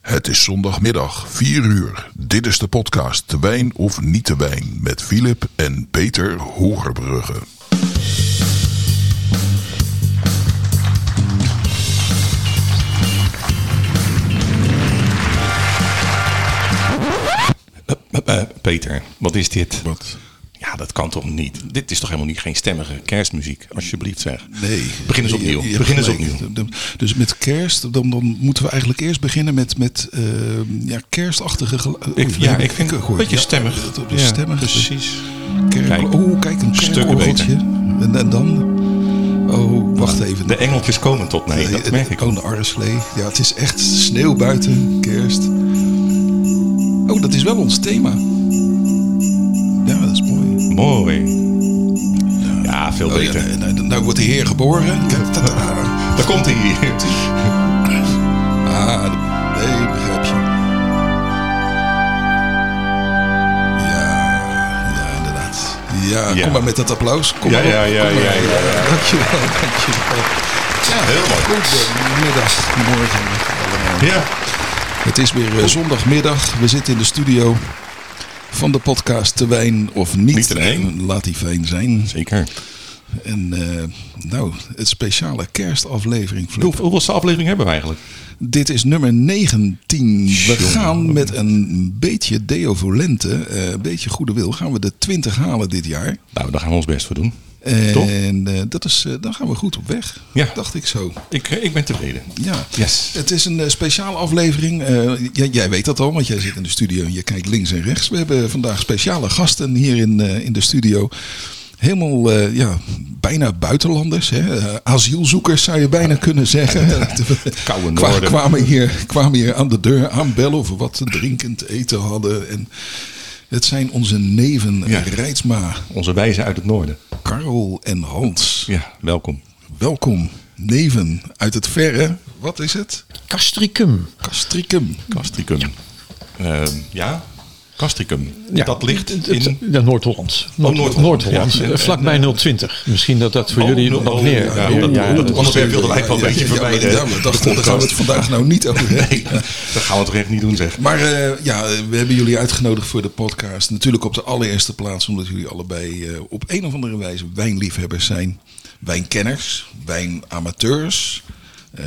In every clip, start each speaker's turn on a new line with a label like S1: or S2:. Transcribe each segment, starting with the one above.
S1: Het is zondagmiddag, 4 uur. Dit is de podcast Te Wijn of Niet Te Wijn met Filip en Peter Hogerbrugge.
S2: Eh, eh, Peter, wat is dit?
S1: Wat?
S2: Ja, dat kan toch niet? Dit is toch helemaal niet geen stemmige kerstmuziek? Alsjeblieft zeg.
S1: Nee.
S2: Begin eens opnieuw.
S1: Je- je
S2: Begin eens
S1: hebt
S2: opnieuw.
S1: gelijk. De- Dus met kerst, dan, dan moeten we eigenlijk eerst beginnen met, met eh, ja, kerstachtige geluiden.
S2: Ik, ja, ik vind het een beetje stemmig.
S1: Dat
S2: Ja,
S1: is stemmig.
S2: Precies.
S1: Kerk-
S2: Kijk,
S1: oh, kijk, een
S2: stukken
S1: kerkorgeltje. En, en dan... Oh, wacht even.
S2: De engeltjes komen tot mij, dat merk ik.
S1: Oh, de arreslee. Ja, het is echt sneeuw buiten, kerst. Oh, dat is wel ons thema. Ja, dat is mooi.
S2: Mooi. Ja, veel
S1: Oh, ja,
S2: beter.
S1: nou, nou, nou wordt de heer geboren. Kijk, tadaa.
S2: Daar komt hij.
S1: Ah, nee, begrijp je. Ja, ja, inderdaad. Ja,
S2: Ja.
S1: kom maar met dat applaus. Kom
S2: Ja,
S1: maar op.
S2: ja, ja,
S1: Kom maar.
S2: ja, ja, ja.
S1: Dankjewel, dankjewel. Ja,
S2: Heel mooi.
S1: Goedemiddag, morgen allemaal.
S2: Ja.
S1: Het is weer eh, zondagmiddag. We zitten in de studio van de podcast Te Wijn of Niet.
S2: Niet te Wijn.
S1: Laat die fijn zijn.
S2: Zeker.
S1: En eh, nou, het speciale kerstaflevering. Flip.
S2: Hoeveel- Hoeveelste aflevering hebben we eigenlijk?
S1: Dit is nummer 19. We
S2: Jongen.
S1: gaan met een beetje deo volente, eh, een beetje goede wil, gaan we de 20 halen dit jaar.
S2: Nou, daar gaan we ons best voor doen. Toch?
S1: En eh, dat is, eh, dan gaan we goed op weg,
S2: Ja.
S1: dacht ik zo.
S2: Ik, eh, ik ben tevreden.
S1: Ja.
S2: Yes.
S1: Het is een eh, speciale aflevering. Eh, jij, jij weet dat al, want jij zit in de studio en je kijkt links en rechts. We hebben vandaag speciale gasten hier in, eh, in de studio. Helemaal, eh, ja, bijna buitenlanders. Hè? Eh, asielzoekers zou je bijna kunnen zeggen.
S2: koude
S1: Kwa-
S2: noorden.
S1: kwamen, hier, kwamen hier aan de deur aanbellen of we wat te drinken te eten hadden. En het zijn onze neven
S2: Ja.
S1: Rijtsma,
S2: Onze wijzen uit het noorden.
S1: Karel en Hans.
S2: Ja, welkom.
S1: Welkom, neven uit het verre. Wat is het?
S3: Castricum.
S1: Castricum.
S2: Castricum. Ja. ja? Castricum. Dat ligt
S3: Het-
S2: in... Oh,
S3: het- Ja, Noord-Holland. Noord-
S2: Noord-Holland.
S3: Noord-Holland. eh,
S2: Ja, en- en-
S3: Vlakbij 020. Misschien dat dat voor
S2: Oh,
S3: jullie
S2: nul-
S3: nog
S2: oh,
S3: meer...
S2: ja,
S3: Ja,
S2: dat- dat-
S3: ja,
S2: dat-
S1: Eh,
S3: dat-
S2: onderwerp wilde wij wel een beetje
S1: ja,
S2: vermijden,
S1: maar- Ja,
S2: hè,
S1: maar
S2: de
S1: dachten, daar Dus gaan we het
S2: podcast.
S1: vandaag nou niet over hebben.
S2: Nee, dat gaan we toch echt niet doen, zeg.
S1: Maar eh, ja, we hebben jullie uitgenodigd voor de podcast. Natuurlijk op de allereerste plaats, omdat jullie allebei eh, op een of andere wijze wijnliefhebbers zijn. Wijnkenners, wijnamateurs. Eh,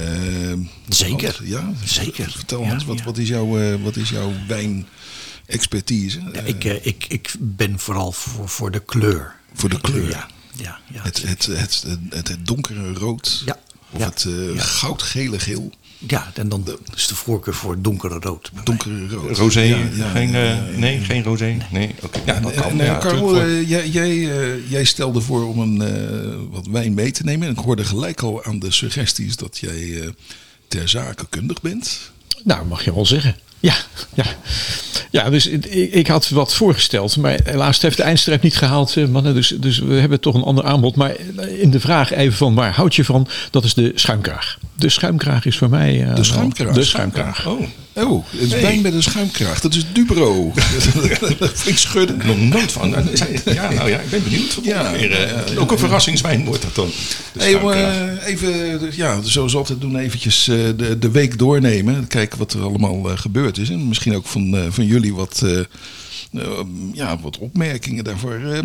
S3: Zeker.
S1: Hans, ja,
S3: Zeker.
S1: Vertel
S3: Ja,
S1: Hans, wat,
S3: ja.
S1: wat is jouw, eh, wat is jouw wijnexpertise?
S3: Ja,
S1: Eh,
S3: ik, eh, ik, ik ben vooral voor, voor de kleur.
S1: Voor de kleur.
S3: Ja, ja, ja.
S1: het, het, het, het, het donkere rood
S3: Ja,
S1: of
S3: ja,
S1: het eh,
S3: ja.
S1: goudgele geel.
S3: ja en dan is de voorkeur voor donkere rood. bij mij.
S1: Donkere rood.
S2: Rosé?
S1: Ja, ja,
S2: geen,
S1: ja,
S2: eh,
S1: ja.
S2: Nee, geen rosé? Nee, oké. Ja, dat
S1: En,
S2: kan.
S1: eh,
S2: ja,
S1: Karel,
S2: natuurlijk.
S1: eh, jij, jij, eh, jij stelde voor om een, eh, wat wijn mee te nemen. En ik hoorde gelijk al aan de suggesties dat jij eh, ter zake kundig bent.
S4: Nou, mag je wel zeggen. Ja, ja. ja dus ik, ik had wat voorgesteld, maar helaas heeft de eindstrijd niet gehaald. eh, Mannen, dus, dus we hebben toch een ander aanbod. Maar in de vraag even van waar houd je van, dat is de schuimkraag. De schuimkraag is voor mij... eh, wel-
S1: schuimkraag?
S4: De schuimkraag.
S2: Oh,
S1: Oh, het is wijn met een schuimkraag. Dat is Dubro. Flink schudden.
S2: nog nooit van. Nou, zij- Ja, nou ja, ik ben benieuwd.
S1: Ja,
S2: Weer, eh,
S1: ja, ja.
S2: ook een verrassingswijn wordt dat dan. Dus
S1: Hey,
S2: nou, ik, eh,
S1: eh, even, dus ja, zoals altijd doen, eventjes eh, de, de week doornemen. Kijken wat er allemaal eh, gebeurd is. En misschien ook van, eh, van jullie wat, eh, eh, ja, wat opmerkingen daarvoor. Eh,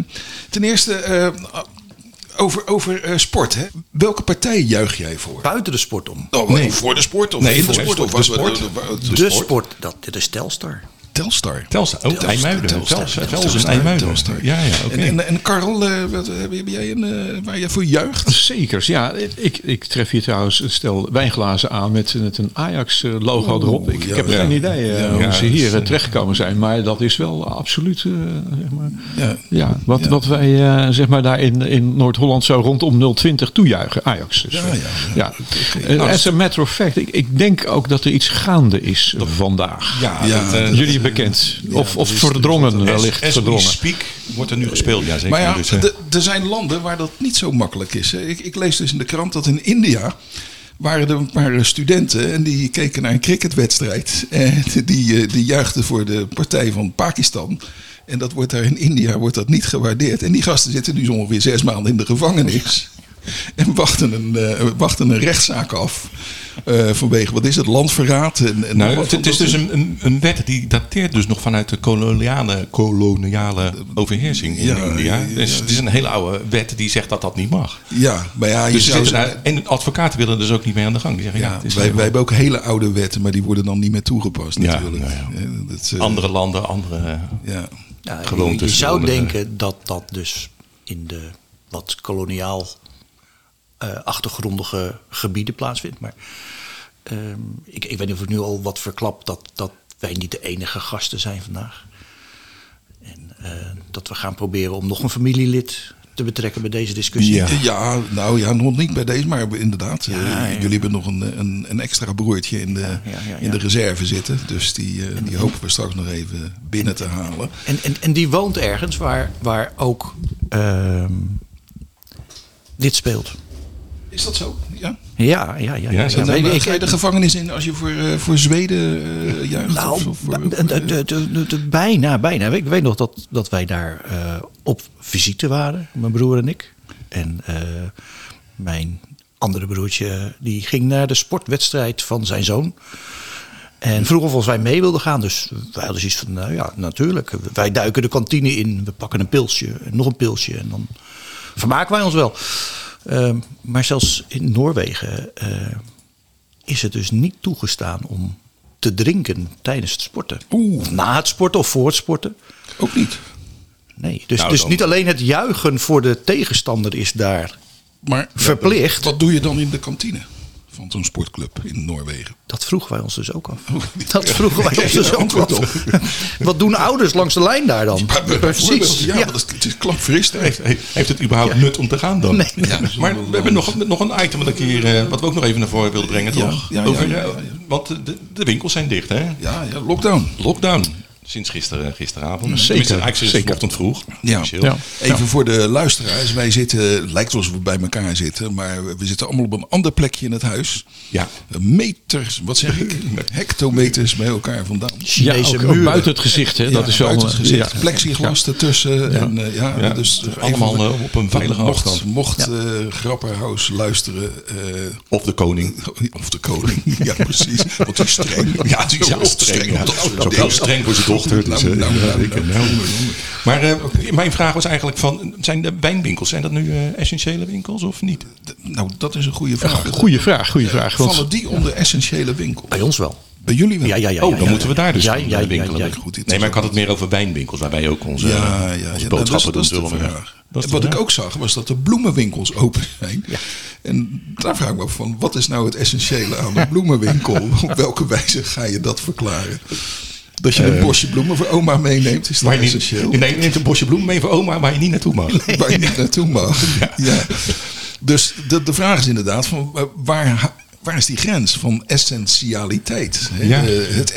S1: ten eerste, eh, over, over eh, sport. Hè? Welke partij juich jij voor?
S3: Buiten de sport om.
S1: Oh,
S2: Nee.
S1: Voor de sport? Of
S2: Nee,
S1: in de
S2: voor
S1: sport?
S2: de
S1: Of was het-
S2: sport. De
S1: wa-
S3: De,
S1: sport?
S3: sport, dat, dit is Telstar.
S1: Telstar.
S2: Telstar. Oh,
S1: Telstar,
S2: IJmuiden.
S1: Telstar,
S2: Telstar,
S1: Telstar,
S2: Velsen,
S1: Telstar,
S2: IJmuiden.
S1: Telstar.
S2: Ja, ja, oké.
S1: En, en, en Karel, eh, wat, heb heb jij een, eh, waar jij voor juicht?
S4: Zeker, ja. Ik, ik tref hier trouwens een stel wijnglazen aan met, met een Ajax-logo erop. Ik, ik
S1: ja,
S4: heb
S1: ja.
S4: geen idee eh,
S1: Ja,
S4: hoe
S2: ja,
S4: ze
S2: dat
S4: hier
S2: is,
S4: eh, terechtgekomen zijn. Maar dat is wel absoluut, eh, zeg maar...
S1: Ja.
S4: Ja, wat,
S1: Ja.
S4: wat wij eh, zeg maar daar in, in Noord-Holland zo rondom 020 toejuichen, Ajax. Dus,
S1: Ja,
S4: eh,
S1: ja, ja.
S4: ja.
S1: Oké.
S4: Eh,
S1: Nou,
S4: as a matter of fact, ik, ik denk ook dat er iets gaande is vandaag.
S2: ja,
S1: Ja,
S2: dat, eh,
S4: Jullie bekend. of of
S1: dat is-
S4: verdrongen
S2: as-
S4: wellicht.
S2: as we
S4: verdrongen.
S2: speak wordt er nu gespeeld. Ja, zeker.
S1: Maar ja,
S2: dus, eh,
S1: d- er zijn landen waar dat niet zo makkelijk is. hè. Ik, ik lees dus in de krant dat in India waren er een paar eh, studenten en die keken naar een cricketwedstrijd. En die, eh, die juichten voor de partij van Pakistan. dus En dat wordt daar in India wordt dat niet gewaardeerd. En die gasten zitten nu zo ongeveer zes maanden in de gevangenis. en wachten een, eh, wachten een rechtszaak af. eh, vanwege, wat is het, landverraad? En, en
S2: Nou,
S1: wat
S2: het, het
S1: van
S2: is
S1: dat-
S2: dus een, een, een wet die dateert dus nog vanuit de koloniale, koloniale overheersing in
S1: Ja,
S2: India.
S1: ja,
S2: Dus
S1: ja.
S2: het is een hele oude wet die zegt dat dat niet mag.
S1: Ja, maar ja, je
S2: Dus er
S1: zou
S2: zitten
S1: zeggen-
S2: daar- en advocaten willen dus ook niet mee aan de gang. Die zeggen, ja,
S1: Ja,
S2: het is
S1: wij, wij hebben ook hele oude wetten, maar die worden dan niet meer toegepast
S2: Ja,
S1: natuurlijk.
S2: nou ja.
S1: Eh, dat is, eh,
S2: andere landen, andere...
S1: Ja.
S3: Ja, je-
S2: Gewoontes,
S3: Je zou
S2: gewoontes.
S3: denken dat dat dus in de wat koloniaal eh, achtergrondige gebieden plaatsvindt. Maar ehm, ik, ik weet niet of ik nu al wat verklap dat, dat wij niet de enige gasten zijn vandaag. En eh, dat we gaan proberen om nog een familielid te betrekken bij deze discussie.
S1: Ja. nou ja, nog niet bij deze, maar inderdaad. eh, Jullie hebben nog een, eh, een, een extra broertje in de,
S3: ja, ja,
S1: in de
S3: ja.
S1: reserve zitten. Dus die, eh, die hopen we straks nog even binnen te halen.
S3: En, en, en die woont ergens waar, waar ook ehm, dit speelt.
S1: Is dat zo? Ja.
S3: Ja, ja, ja.
S2: Ja,
S3: ja,
S2: ze
S3: ja.
S1: Dan,
S3: Ik-
S1: eh,
S3: ik-
S1: ga je de gevangenis in als je voor, eh, voor Zweden eh juicht?
S3: Nou,
S1: of, of voor-
S3: b- d- d- d- d- d- bijna, bijna. Ik weet nog dat, dat wij daar eh, op visite waren, mijn broer en ik. En eh, mijn andere broertje die ging naar de sportwedstrijd van zijn zoon. En vroeg of ons wij mee wilden gaan. Dus wij hadden zoiets van, nou ja, natuurlijk. Wij duiken de kantine in, we pakken een pilsje, nog een pilsje. En dan vermaken wij ons wel. Ehm, maar zelfs in Noorwegen eh, is het dus niet toegestaan om te drinken tijdens het sporten.
S1: Oeh.
S3: Of na het sporten of voor het sporten.
S1: ook niet.
S3: Nee, dus,
S2: Nou,
S3: dus
S2: dan-
S3: niet alleen het juichen voor de tegenstander is daar.
S1: Maar
S3: Verplicht.
S1: Wat doe je dan in de kantine van zo'n sportclub in Noorwegen?
S3: Dat vroegen wij ons dus ook af.
S1: Oeh.
S3: Dat vroegen wij ons dus ook
S1: Antwoord
S3: af. Wat doen ouders langs de lijn daar dan?
S1: Bijvoorbeeld, Ja,
S3: ja.
S1: want het is- het is klapfris daar.
S2: Heeft, heeft, heeft het überhaupt nut om te gaan dan?
S3: Nee.
S1: Ja, dat is
S2: maar
S1: wel
S2: we hebben nog, nog een item dat ik hier, eh, wat we ook nog even naar voren wilden brengen,
S1: Ja,
S2: toch?
S1: ja, ja,
S2: Over,
S1: ja, ja, ja.
S2: eh, Want de, de winkels zijn dicht, hè?
S1: Ja, ja, lockdown.
S2: Lockdown. Sinds gisteren, gisteravond. Tenminste, eigenlijk sinds
S4: zeker.
S2: vanochtend vroeg.
S1: Ja.
S2: officieel.
S4: Ja.
S1: Even voor de luisteraars. Wij zitten, het lijkt alsof we bij elkaar zitten, maar we zitten allemaal op een ander plekje in het huis.
S2: Ja.
S1: Meters, wat zeg ik? Hectometers bij elkaar vandaan.
S4: Ja,
S3: Chinese
S4: ook, ook
S3: muren.
S4: buiten het gezicht. Hè? dat
S1: Ja,
S4: is wel
S1: buiten het gezicht.
S4: eh, ja.
S1: Plexiglas ertussen. En, eh, ja,
S2: Ja,
S1: Dus
S2: dus
S1: even-
S2: allemaal, eh, op een veilige
S1: mocht,
S2: afstand.
S1: Mocht eh, Grapperhaus luisteren, eh,
S2: Of de koning.
S1: of de koning, ja precies, want die is streng.
S2: Ja, die is
S1: Heel
S2: heel streng. Ja,
S1: op dat
S2: dat
S1: soort
S2: is ook
S1: dingen.
S2: heel streng voor zijn dochter. Dus,
S1: Nou,
S2: eh,
S1: nou,
S2: ja,
S1: nou,
S2: ik-
S1: nou,
S2: nou.
S1: nou, nou.
S2: Maar eh, mijn vraag was eigenlijk van, zijn de wijnwinkels, zijn dat nu eh, essentiële winkels of niet?
S1: Nou, dat is een goede vraag.
S4: Goeie vraag, goede vraag. Want
S1: Vallen die onder essentiële winkel?
S3: Bij ons wel.
S1: Bij jullie wel?
S3: Ja, ja, ja.
S2: oh, dan moeten we daar dus
S3: ja,
S2: aan
S3: ja, ja,
S2: winkelen.
S3: ja, ja.
S1: Goed, dit
S2: nee,
S1: is
S2: maar ik
S1: ook-
S2: had het meer over wijnwinkels, waar wij ook onze,
S1: Ja, ja, ja. Nou,
S2: onze
S1: dat is-
S2: eh, boodschappen
S1: dat is
S2: doen.
S1: de
S2: zullen we maar.
S1: vraag.
S2: Dat is de
S1: Wat ik
S2: vraag.
S1: ook zag was dat de bloemenwinkels open zijn. En daar vraag ik me af van, wat is nou het essentiële aan een bloemenwinkel? Op welke wijze ga je dat verklaren? Dat je een bosje bloemen voor oma meeneemt, is dat
S2: Eh. Waar je niet,
S1: essentieel?
S2: je neemt je neemt een bosje bloemen mee voor oma, waar je niet naartoe mag.
S1: Waar je niet naartoe mag. Ja. Dus de, de vraag is inderdaad van, eh, waar, waar is die grens van essentialiteit? hè?
S2: Ja.
S1: Eh, het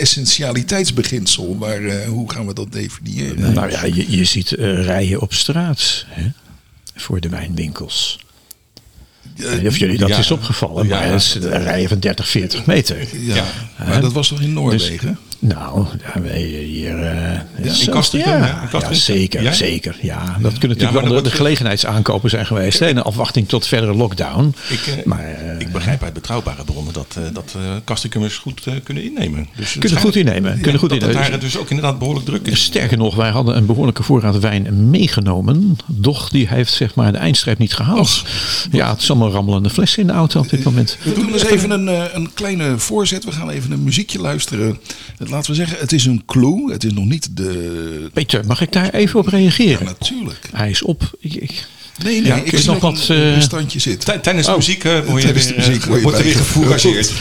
S1: essentialiteitsbeginsel, waar, eh, hoe gaan we dat definiëren?
S4: nou ja, je, je ziet eh, rijen op straat hè? voor de wijnwinkels. Ik weet niet of jullie dat
S2: ja.
S4: is opgevallen,
S2: Ja,
S4: maar dat is een rij van 30, 40 meter.
S1: Ja,
S2: Ja.
S1: maar dat was toch in Noorwegen?
S4: Nou, ja, wij hier... eh, zelfs-
S2: Castricum,
S4: ja,
S2: hè? In Castricum.
S4: ja, zeker,
S2: Ja?
S4: zeker. Ja, dat kunnen
S2: maar
S4: natuurlijk
S2: dat
S4: wel de,
S2: wordt-
S4: de gelegenheidsaankopen zijn geweest. hè, in afwachting tot verdere lockdown.
S2: Ik, eh,
S4: maar, eh,
S2: ik begrijp uit betrouwbare bronnen dat, eh dat eh kastenkummers goed eh, kunnen innemen. Dus het
S4: Kunnen goed
S2: schijnt-
S4: innemen, kunnen goed
S2: dat het
S4: innemen.
S2: daar dus ook inderdaad behoorlijk druk is.
S4: Sterker nog, wij hadden een behoorlijke voorraad wijn meegenomen. Doch die heeft zeg maar de eindstreep niet gehaald. ja, het is allemaal rammelende flessen in de auto op dit moment.
S1: We doen dus even een, eh, een kleine voorzet. We gaan even een muziekje luisteren. Het, laten we zeggen, het is een clue. Het is nog niet de...
S4: Peter, mag ik daar even op
S1: Ja,
S4: reageren?
S1: natuurlijk.
S4: Hij is op. Ik, ik-
S1: Nee, nee.
S4: Ja,
S1: ik
S4: er is
S1: zie
S4: nog
S1: dat
S4: wat,
S1: een-
S4: eh,
S1: een standje zit.
S2: Tij- Tijdens de muziek eh, word je
S1: Tijdens de
S2: weer, eh,
S1: muziek word je
S2: wordt er weer
S1: bijgevoerd.
S2: gefourageerd.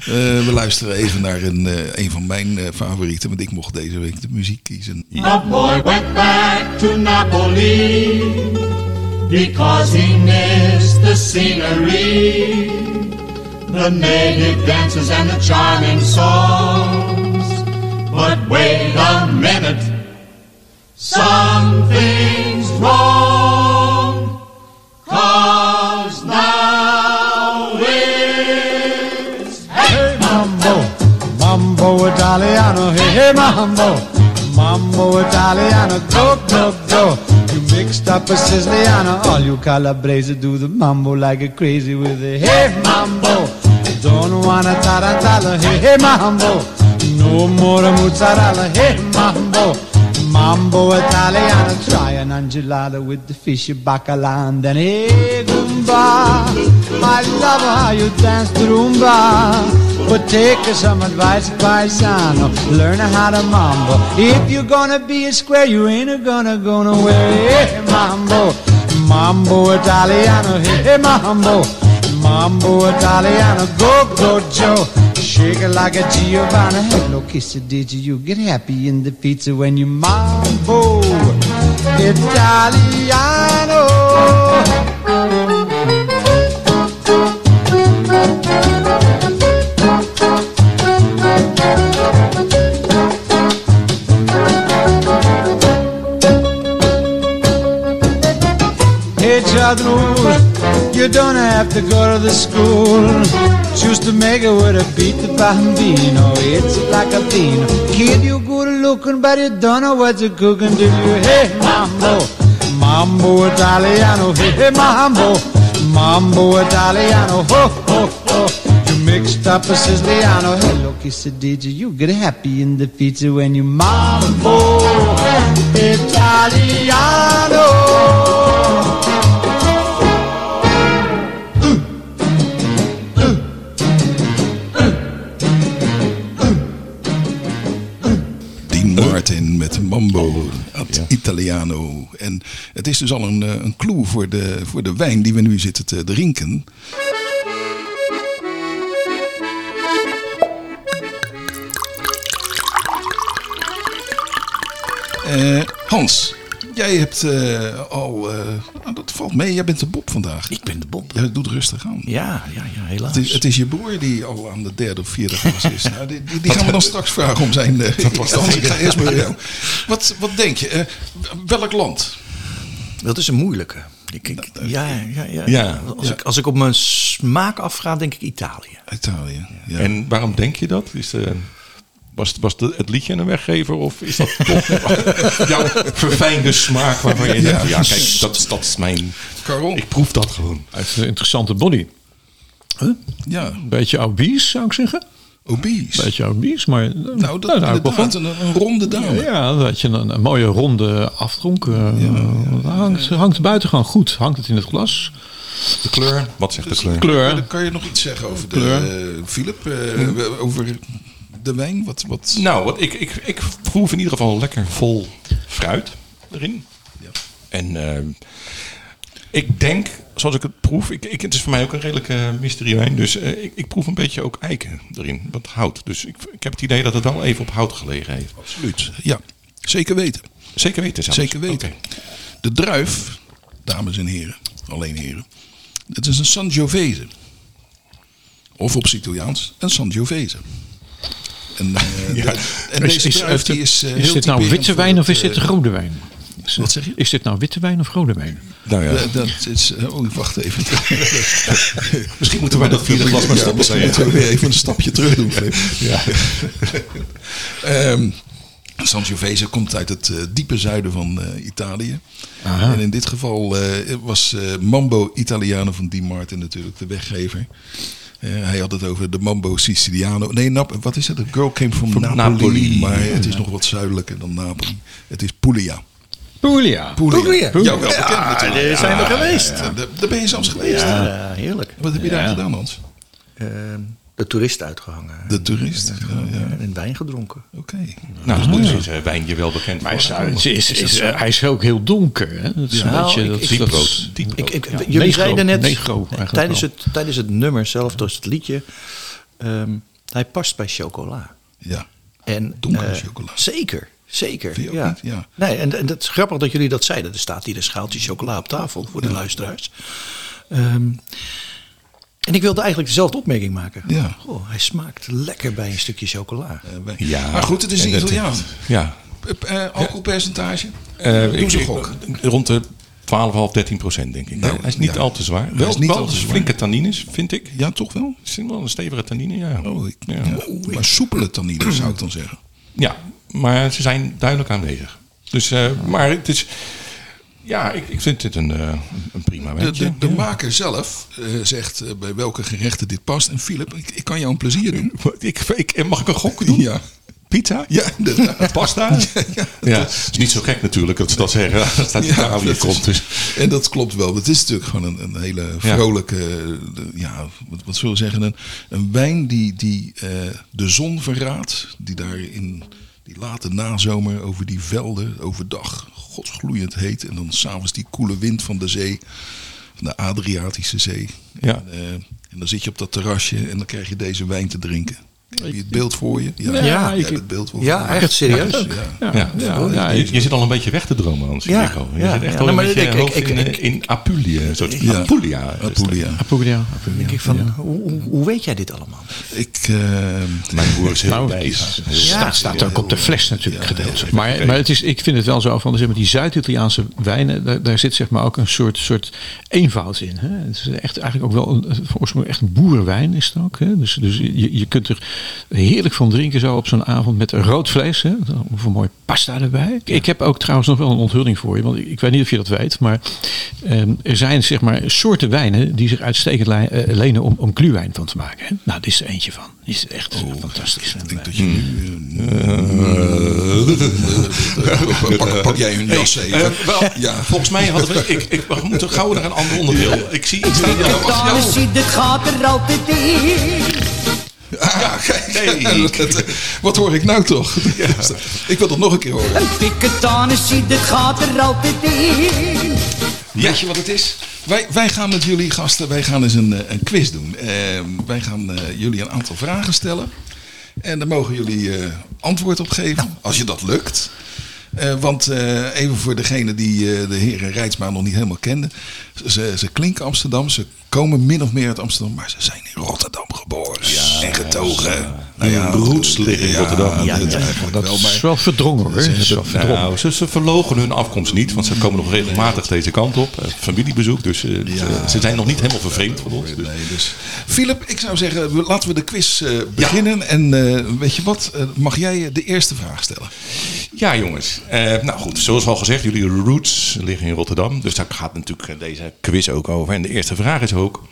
S1: Eh, we luisteren even naar een, eh, een van mijn eh, favorieten. Want ik mocht deze week de muziek kiezen.
S5: The boy went back to Napoli because he missed the scenery, the native dances and the charming songs. But wait a minute, something's wrong. Cause now it's
S6: Hey mambo, mambo Italiano, hey hey mambo, mambo Italiano, go go go. you mixed up a Siciliana All you Calabrese do the mambo like a crazy with a Hey mambo, don't wanna tarantella Hey, hey mambo, no more mozzarella Hey mambo, mambo Italiana Try an angelada with the fish bacala And then hey Goomba, I love how you dance the rumba but take some advice, paisano. Learn how to mambo. If you're gonna be a square, you ain't a gonna go nowhere. Hey, mambo, mambo italiano. Hey, hey, mambo, mambo italiano. Go, go, Joe. Shake it like a Giovanna. Hello, quesadilla. You get happy in the pizza when you mambo italiano. Hey Chadru, you don't have to go to the school. Choose to make it with a beat the bambino. It's like a bean. Kid, you good looking, but you don't know what you're cooking, do you? Hey mambo, mambo Italiano. Hey, hey mambo, mambo Italiano. Ho ho ho. You mixed up a Siciliano. Hello, quesadilla. You get happy in the pizza when you mambo Italiano.
S1: Dean Martin met Mambo at Italiano. En het is dus al een, eh, een clue voor de, voor de wijn die we nu zitten te drinken. Eh, Hans, jij hebt eh, al... eh, nou, dat valt mee, jij bent de Bob vandaag.
S3: Ik ben de bond.
S1: Jij doet rustig aan.
S3: Ja, ja, ja helaas.
S1: Het is, het is je broer die al aan de derde of vierde glas is. Nou, die die, die gaan we dan straks vragen om zijn... eh, Hans, ik ga eerst maar bij jou. Wat, wat denk je? eh, welk land?
S3: Dat is een moeilijke. Ik, ik- ja, ja, ja,
S2: Ja.
S3: Als, Ik, als ik op mijn smaak afga, denk ik Italië.
S1: Italië. Ja.
S2: En waarom denk je dat? Is, eh, was was de, het liedje een weggever of is dat toch jouw verfijnde smaak waarvan je denkt, ja kijk, dat, is- dat is mijn...
S1: Karel?
S2: Ik proef dat gewoon.
S4: Het is een interessante body.
S1: ja,
S4: Beetje obese, zou ik zeggen.
S1: obese.
S4: Beetje obese, maar... Nou,
S1: Nou, dat
S4: hou ik wel van.
S1: inderdaad, een, een ronde dame.
S4: Ja, dat je een, een mooie ronde afdronk. eh, hangt, hangt buitengewoon goed. Hangt het in het glas.
S2: De kleur? Wat zegt de kleur?
S1: Maar dan
S4: Kleur.
S1: Kan je nog iets zeggen over de,
S4: Kleur.
S1: eh, Philip? eh, we- over de wijn? Wat, wat?
S2: Nou, wat ik, ik, ik proef in ieder geval lekker vol fruit erin. En eh, ik denk, zoals ik het proef, ik, ik, het is voor mij ook een redelijke mysteriewijn. Dus eh, ik, ik proef een beetje ook eiken erin, wat hout. Dus ik, ik heb het idee dat het wel even op hout gelegen heeft.
S1: Absoluut. Ja, zeker weten.
S2: Zeker weten zelfs.
S1: Zeker weten.
S2: Oké.
S1: De druif, dames en heren, alleen heren. Het is een Sangiovese. Of op het Italiaans, een Sangiovese. En, eh, de- en
S4: Is-
S1: deze
S4: is-
S1: druif die is, eh, heel
S4: dit nou
S1: typerend
S4: witte
S1: voor
S4: wijn of
S1: het,
S4: is dit
S1: eh,
S4: rode wijn? Is-
S1: Wat zeg je?
S4: Is dit nou witte wijn of rode wijn?
S2: Nou ja,
S1: eh, dat is, oh, wacht even.
S2: misschien moeten wij dat vierde glas maar stoppen.
S1: Misschien moeten we weer even een stapje terug doen. Flip. Ehm, Sangiovese komt uit het eh, diepe zuiden van eh, Italië. En in dit geval eh, was eh, Mambo Italiano van Di Martin natuurlijk de weggever. Eh, hij had het over de Mambo Siciliano. Nee, Nap wat is het? The girl came from, Napoli,
S2: Napoli.
S1: Maar het is nog wat zuidelijker dan Napoli. Het is Puglia.
S4: Puglia.
S1: Puglia. Ja, wel bekend
S3: Ja,
S1: natuurlijk.
S3: daar zijn we geweest.
S1: Ja, daar- daar ben je zelfs geweest.
S3: Ja, heerlijk.
S1: Wat heb je daar gedaan, Hans?
S3: Eh, de toerist uitgehangen. eh,
S1: De toerist. Ja, ja.
S3: En wijn gedronken.
S1: Oké.
S2: Nou, dus is eh, wijn je wel bekend.
S4: Maar hij is,
S2: voor.
S4: hij is, is- is- eh, hij is ook heel donker. Hè? Dat is een
S3: Nou,
S4: beetje
S3: ik-
S4: dat,
S3: ik-
S4: dat-
S2: Dieprood. Dieprood.
S4: Ik-
S3: Ik, ik,
S4: Ja,
S3: jullie
S4: negro,
S3: zeiden net,
S4: negro
S3: nee,
S4: eigenlijk
S3: tijdens,
S4: wel.
S3: het, tijdens het nummer zelf, dus het liedje, ehm, hij past bij chocola.
S1: Ja.
S3: En,
S1: Donkere
S3: eh,
S1: chocola.
S3: Zeker, zeker.
S1: Vind je ook
S3: ja.
S1: niet? Ja.
S3: Nee, en, en dat is grappig dat jullie dat zeiden. Er staat hier een schaaltje chocola op tafel voor de luisteraars. Ehm, en ik wilde eigenlijk dezelfde opmerking maken.
S1: Ja.
S3: Goh, hij smaakt lekker bij een stukje chocola.
S1: Eh, wij-
S2: Ja.
S1: Maar goed, het is een
S2: En dat-
S1: Italiaan.
S2: Ja.
S1: Eh, eh, alcoholpercentage?
S2: Eh,
S1: Doe
S2: ik-
S1: ze
S2: ik-
S1: gok.
S2: Rond de 12,5, 13 procent denk ik.
S1: Nou,
S2: hij is niet
S1: ja.
S2: al te zwaar.
S1: Hij
S2: Wel,
S1: is niet
S2: wel
S1: al te zwaar.
S2: flinke tannines, vind ik.
S1: Ja, toch wel?
S2: Het zijn wel een stevige tannine, ja.
S1: Oh, ik,
S2: ja.
S1: ja. Maar soepele tannine zou ik dan zeggen.
S2: Ja, maar ze zijn duidelijk aanwezig. Dus, eh, maar het is... Ja, ik, ik vind dit een, eh, een prima
S1: De,
S2: wijntje.
S1: de, de
S2: Ja.
S1: maker zelf eh, zegt eh, bij welke gerechten dit past. En Philip, ik, ik kan jou een plezier doen.
S2: Wat, ik, ik, eh, mag ik een gok doen?
S1: Ja.
S2: Pizza?
S1: Ja, inderdaad.
S2: Pasta? Ja, het is niet zo gek natuurlijk dat ze dat zeggen. Dat staat
S1: Ja,
S2: Italië
S1: dat is-
S2: komt. Dus.
S1: En dat klopt wel. Het is natuurlijk gewoon een, een hele vrolijke, eh, de- ja, wat, wat zullen we zeggen, een, een wijn die, die eh, de zon verraadt. Die daar in die late nazomer over die velden, overdag, godsgloeiend heet. En dan s'avonds die koele wind van de zee, van de Adriatische zee.
S2: Ja.
S1: En, eh, en dan zit je op dat terrasje en dan krijg je deze wijn te drinken. Heb je het beeld voor je? Ja,
S4: Ja,
S1: jij
S4: ik-
S1: hebt het beeld wel voor
S3: Ja,
S1: je.
S3: echt serieus.
S1: Ja.
S4: Ja,
S2: Ja,
S3: dus
S2: ja, je, je zit al een beetje weg te dromen, Hans.
S3: Ja,
S2: Ja, ik al. Je
S3: ja,
S2: zit echt
S3: ja.
S2: al
S3: Nou,
S2: een
S3: maar
S2: beetje
S3: ik- ik-
S2: hoofd
S3: ik-
S2: in, eh,
S3: ik-
S2: in Apulia. Een soort
S1: Ja.
S2: Apulia. is dat.
S1: Apulia.
S4: Apulia.
S3: Dan denk ik van, hoe, hoe- hoe weet jij dit allemaal?
S1: Ik, eh,
S2: Mijn broer is heel
S4: Nou,
S2: wijs. Heel
S3: Ja.
S4: Staat, staat ook op de fles natuurlijk gedeeld. Maar,
S2: Oké.
S4: maar het is, ik vind het wel zo van zeg maar, die Zuid-Italiaanse wijnen, daar, daar zit zeg maar ook een soort, soort eenvoud in. Hè? Het is echt eigenlijk ook wel een, van oorsprong echt een boerenwijn is het ook. Hè? Dus, dus je, je kunt er heerlijk van drinken zo op zo'n avond met rood vlees. Hè? Of een mooi pasta erbij. Ik- Ik heb ook trouwens nog wel een onthulling voor je, want ik, ik weet niet of je dat weet, maar ehm, er zijn zeg maar soorten wijnen die zich uitstekend li- eh, lenen om, om kluwijn van te maken. Hè? Nou, dit is er eentje van. Die is echt fantastisch.
S1: Ik denk dat je nu... eh, eh, pak, pak jij hun jas
S2: Eh,
S1: even?
S2: wel,
S1: Ja.
S2: Volgens mij hadden we... Ik, ik, we moeten gauw naar een ander onderdeel. Ik zie iets van
S7: Dames, zie, dit gaat er altijd in.
S1: Ah, kijk.
S2: Kijk.
S1: Dat, eh, Wat hoor ik nou toch? Ik wil dat nog een keer horen.
S7: Een dikke tanus, zie, dit gaat er altijd in.
S2: Weet je wat het is?
S1: Wij, wij gaan met jullie gasten wij gaan eens een, eh, een quiz doen. Eh, wij gaan eh, jullie een aantal vragen stellen. En daar mogen jullie eh, antwoord op geven, als je dat lukt. Eh, want eh, even voor degene die eh, de heren Rijtsma nog niet helemaal kenden. Ze, ze klinken Amsterdam, ze komen min of meer uit Amsterdam, maar ze zijn in Rotterdam geboren en getogen. Nou ja,
S2: Hun roots liggen in Rotterdam.
S1: Ja,
S2: Ja,
S1: dat eigenlijk
S4: Dat
S1: wel, maar-
S4: is wel verdrongen hoor. Dat is wel verdrongen.
S2: Nou, ze, ze verlogen hun afkomst niet, want ze komen nog regelmatig deze kant op. Eh, Familiebezoek, dus eh, ze, ze zijn nog niet helemaal vervreemd van ons. Dus.
S1: Nee, dus. Philip, ik zou zeggen, we- laten we de quiz eh, beginnen. En eh, weet je wat, Eh, mag jij eh, de eerste vraag stellen?
S2: Ja, jongens. Eh, nou goed, zoals al gezegd, jullie roots liggen in Rotterdam. Dus daar gaat natuurlijk eh, deze quiz ook over. En de eerste vraag is ook: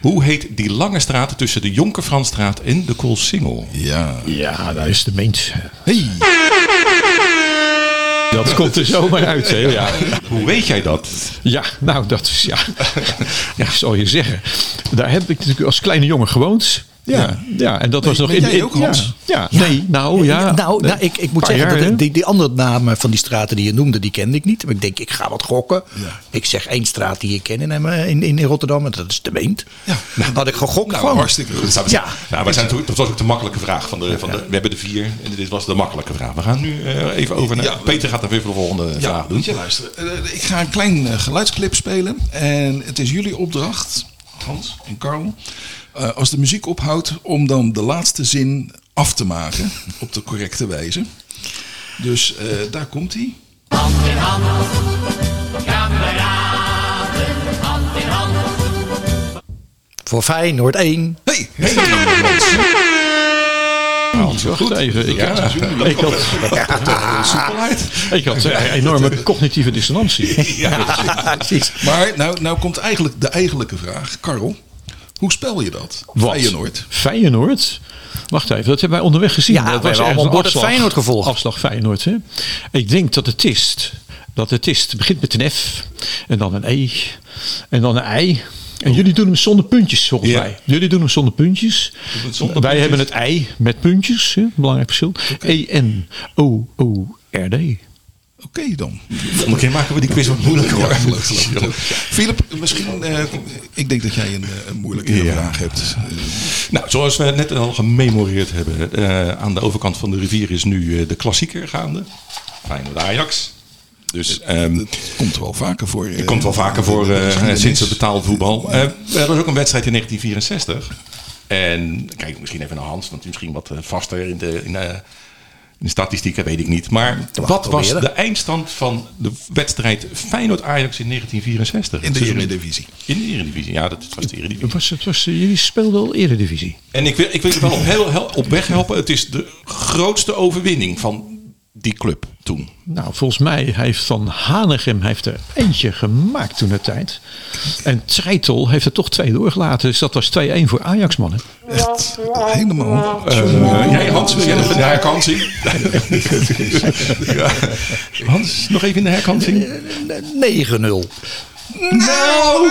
S2: hoe heet die lange straat tussen de Jonkerfransstraat en de Koolsingel?
S1: Ja.
S4: Ja, dat is de meent.
S1: Hey,
S4: Dat komt er zomaar uit. Hè? Ja.
S2: Hoe weet jij dat?
S4: ja, nou dat is ja. ja, ik zal je zeggen. Daar heb ik natuurlijk als kleine jongen gewoond. Ja, ja en dat was nog
S1: ben
S4: in.
S1: jij
S4: in-
S1: ook, Hans?
S4: Ja, ja, nee, nou ja.
S3: nou, nou, ik, ik moet
S4: Paar
S3: zeggen,
S4: jaar,
S3: dat,
S4: hè?
S3: die, die andere namen van die straten die je noemde, die kende ik niet. Maar ik denk, ik ga wat gokken. Ik zeg één straat die ik ken in, Emmen- in, in Rotterdam, en dat is de Weent. Ja. had ik gegokt
S1: nou,
S3: gewoon.
S1: hartstikke goed.
S2: Nou, we
S3: Ja.
S2: zijn, nou, we zijn, dat was ook de makkelijke vraag. Van de, van de, we hebben de vier en dit was de makkelijke vraag. We gaan nu eh, even over naar...
S1: Ja.
S2: Peter gaat dan weer voor de volgende vraag
S1: Ja,
S2: doen.
S1: moet je luisteren. Eh, ik ga een klein eh, geluidsclip spelen. En het is jullie opdracht, Hans en Karl, eh, als de muziek ophoudt, om dan de laatste zin af te maken op de correcte wijze. Dus eh, daar komt hij.
S3: Voor Feyenoord 1.
S1: Hey, hey.
S4: Wacht even. Ik had, ik had, ik had eh, enorme cognitieve dissonantie.
S3: Precies.
S1: Maar nou, nou komt eigenlijk de eigenlijke vraag. Karel, hoe spel je dat?
S4: Wat?
S1: Feyenoord.
S4: Feyenoord? Wacht even, dat hebben wij onderweg gezien.
S3: Ja,
S4: dat
S3: we hebben
S4: ergens
S3: allemaal
S4: een
S3: borden Feyenoord gevolgd.
S4: Afslag Feyenoord, hè? Ik denk dat het is. Dat het is. Het begint met een F. En dan een E. En dan een I. En jullie doen hem zonder puntjes, volgens
S2: Ja.
S4: mij. Jullie doen hem zonder puntjes.
S2: het zonder
S4: wij
S2: puntjes.
S4: hebben het I met puntjes. Hè? Belangrijk verschil. E E-N-O-O-R-D.
S1: Oké dan.
S2: Volgende keer maken we die quiz wat moeilijker. hoor.
S1: Geloof- geloof ik ook. Philip, misschien... eh, ik denk dat jij een, eh, een moeilijke
S2: Ja.
S1: vraag hebt. Eh,
S2: Nou, zoals we net al gememoreerd hebben. eh, aan de overkant van de rivier is nu eh, de klassieker gaande. Feyenoord Ajax. Dus... ehm,
S1: het komt wel vaker voor. eh,
S2: Het komt wel vaker voor
S1: in de
S2: eh,
S1: geschiedenis.
S2: sinds het betaald voetbal. Eh, er was ook een wedstrijd in 1964. En kijk misschien even naar Hans, want die is misschien wat eh, vaster in de, in, eh, in de statistieken, weet ik niet. Maar wat was
S3: proberen.
S2: de eindstand van de wedstrijd Feyenoord-Ajax in 1964?
S1: In de
S2: Seizoen-
S1: Eredivisie.
S2: In de Eredivisie, ja, dat was de Eredivisie.
S4: Het was, het was, jullie speelden al Eredivisie.
S2: En ik wil, ik wil je wel op, heel, heel- op weg helpen. Het is de grootste overwinning van die club toen?
S4: Nou, volgens mij heeft Van Hanegem heeft er eentje gemaakt toen de tijd. En Treitel heeft er toch twee doorgelaten. Dus dat was 2-1 voor Ajax, mannen.
S1: Echt
S8: Oh.
S1: helemaal.
S2: Eh, jij Hans, wil jij nog in de herkansing? ja. Eh, Hans, nog even in de
S3: 9-0.
S2: herkansing? Nou,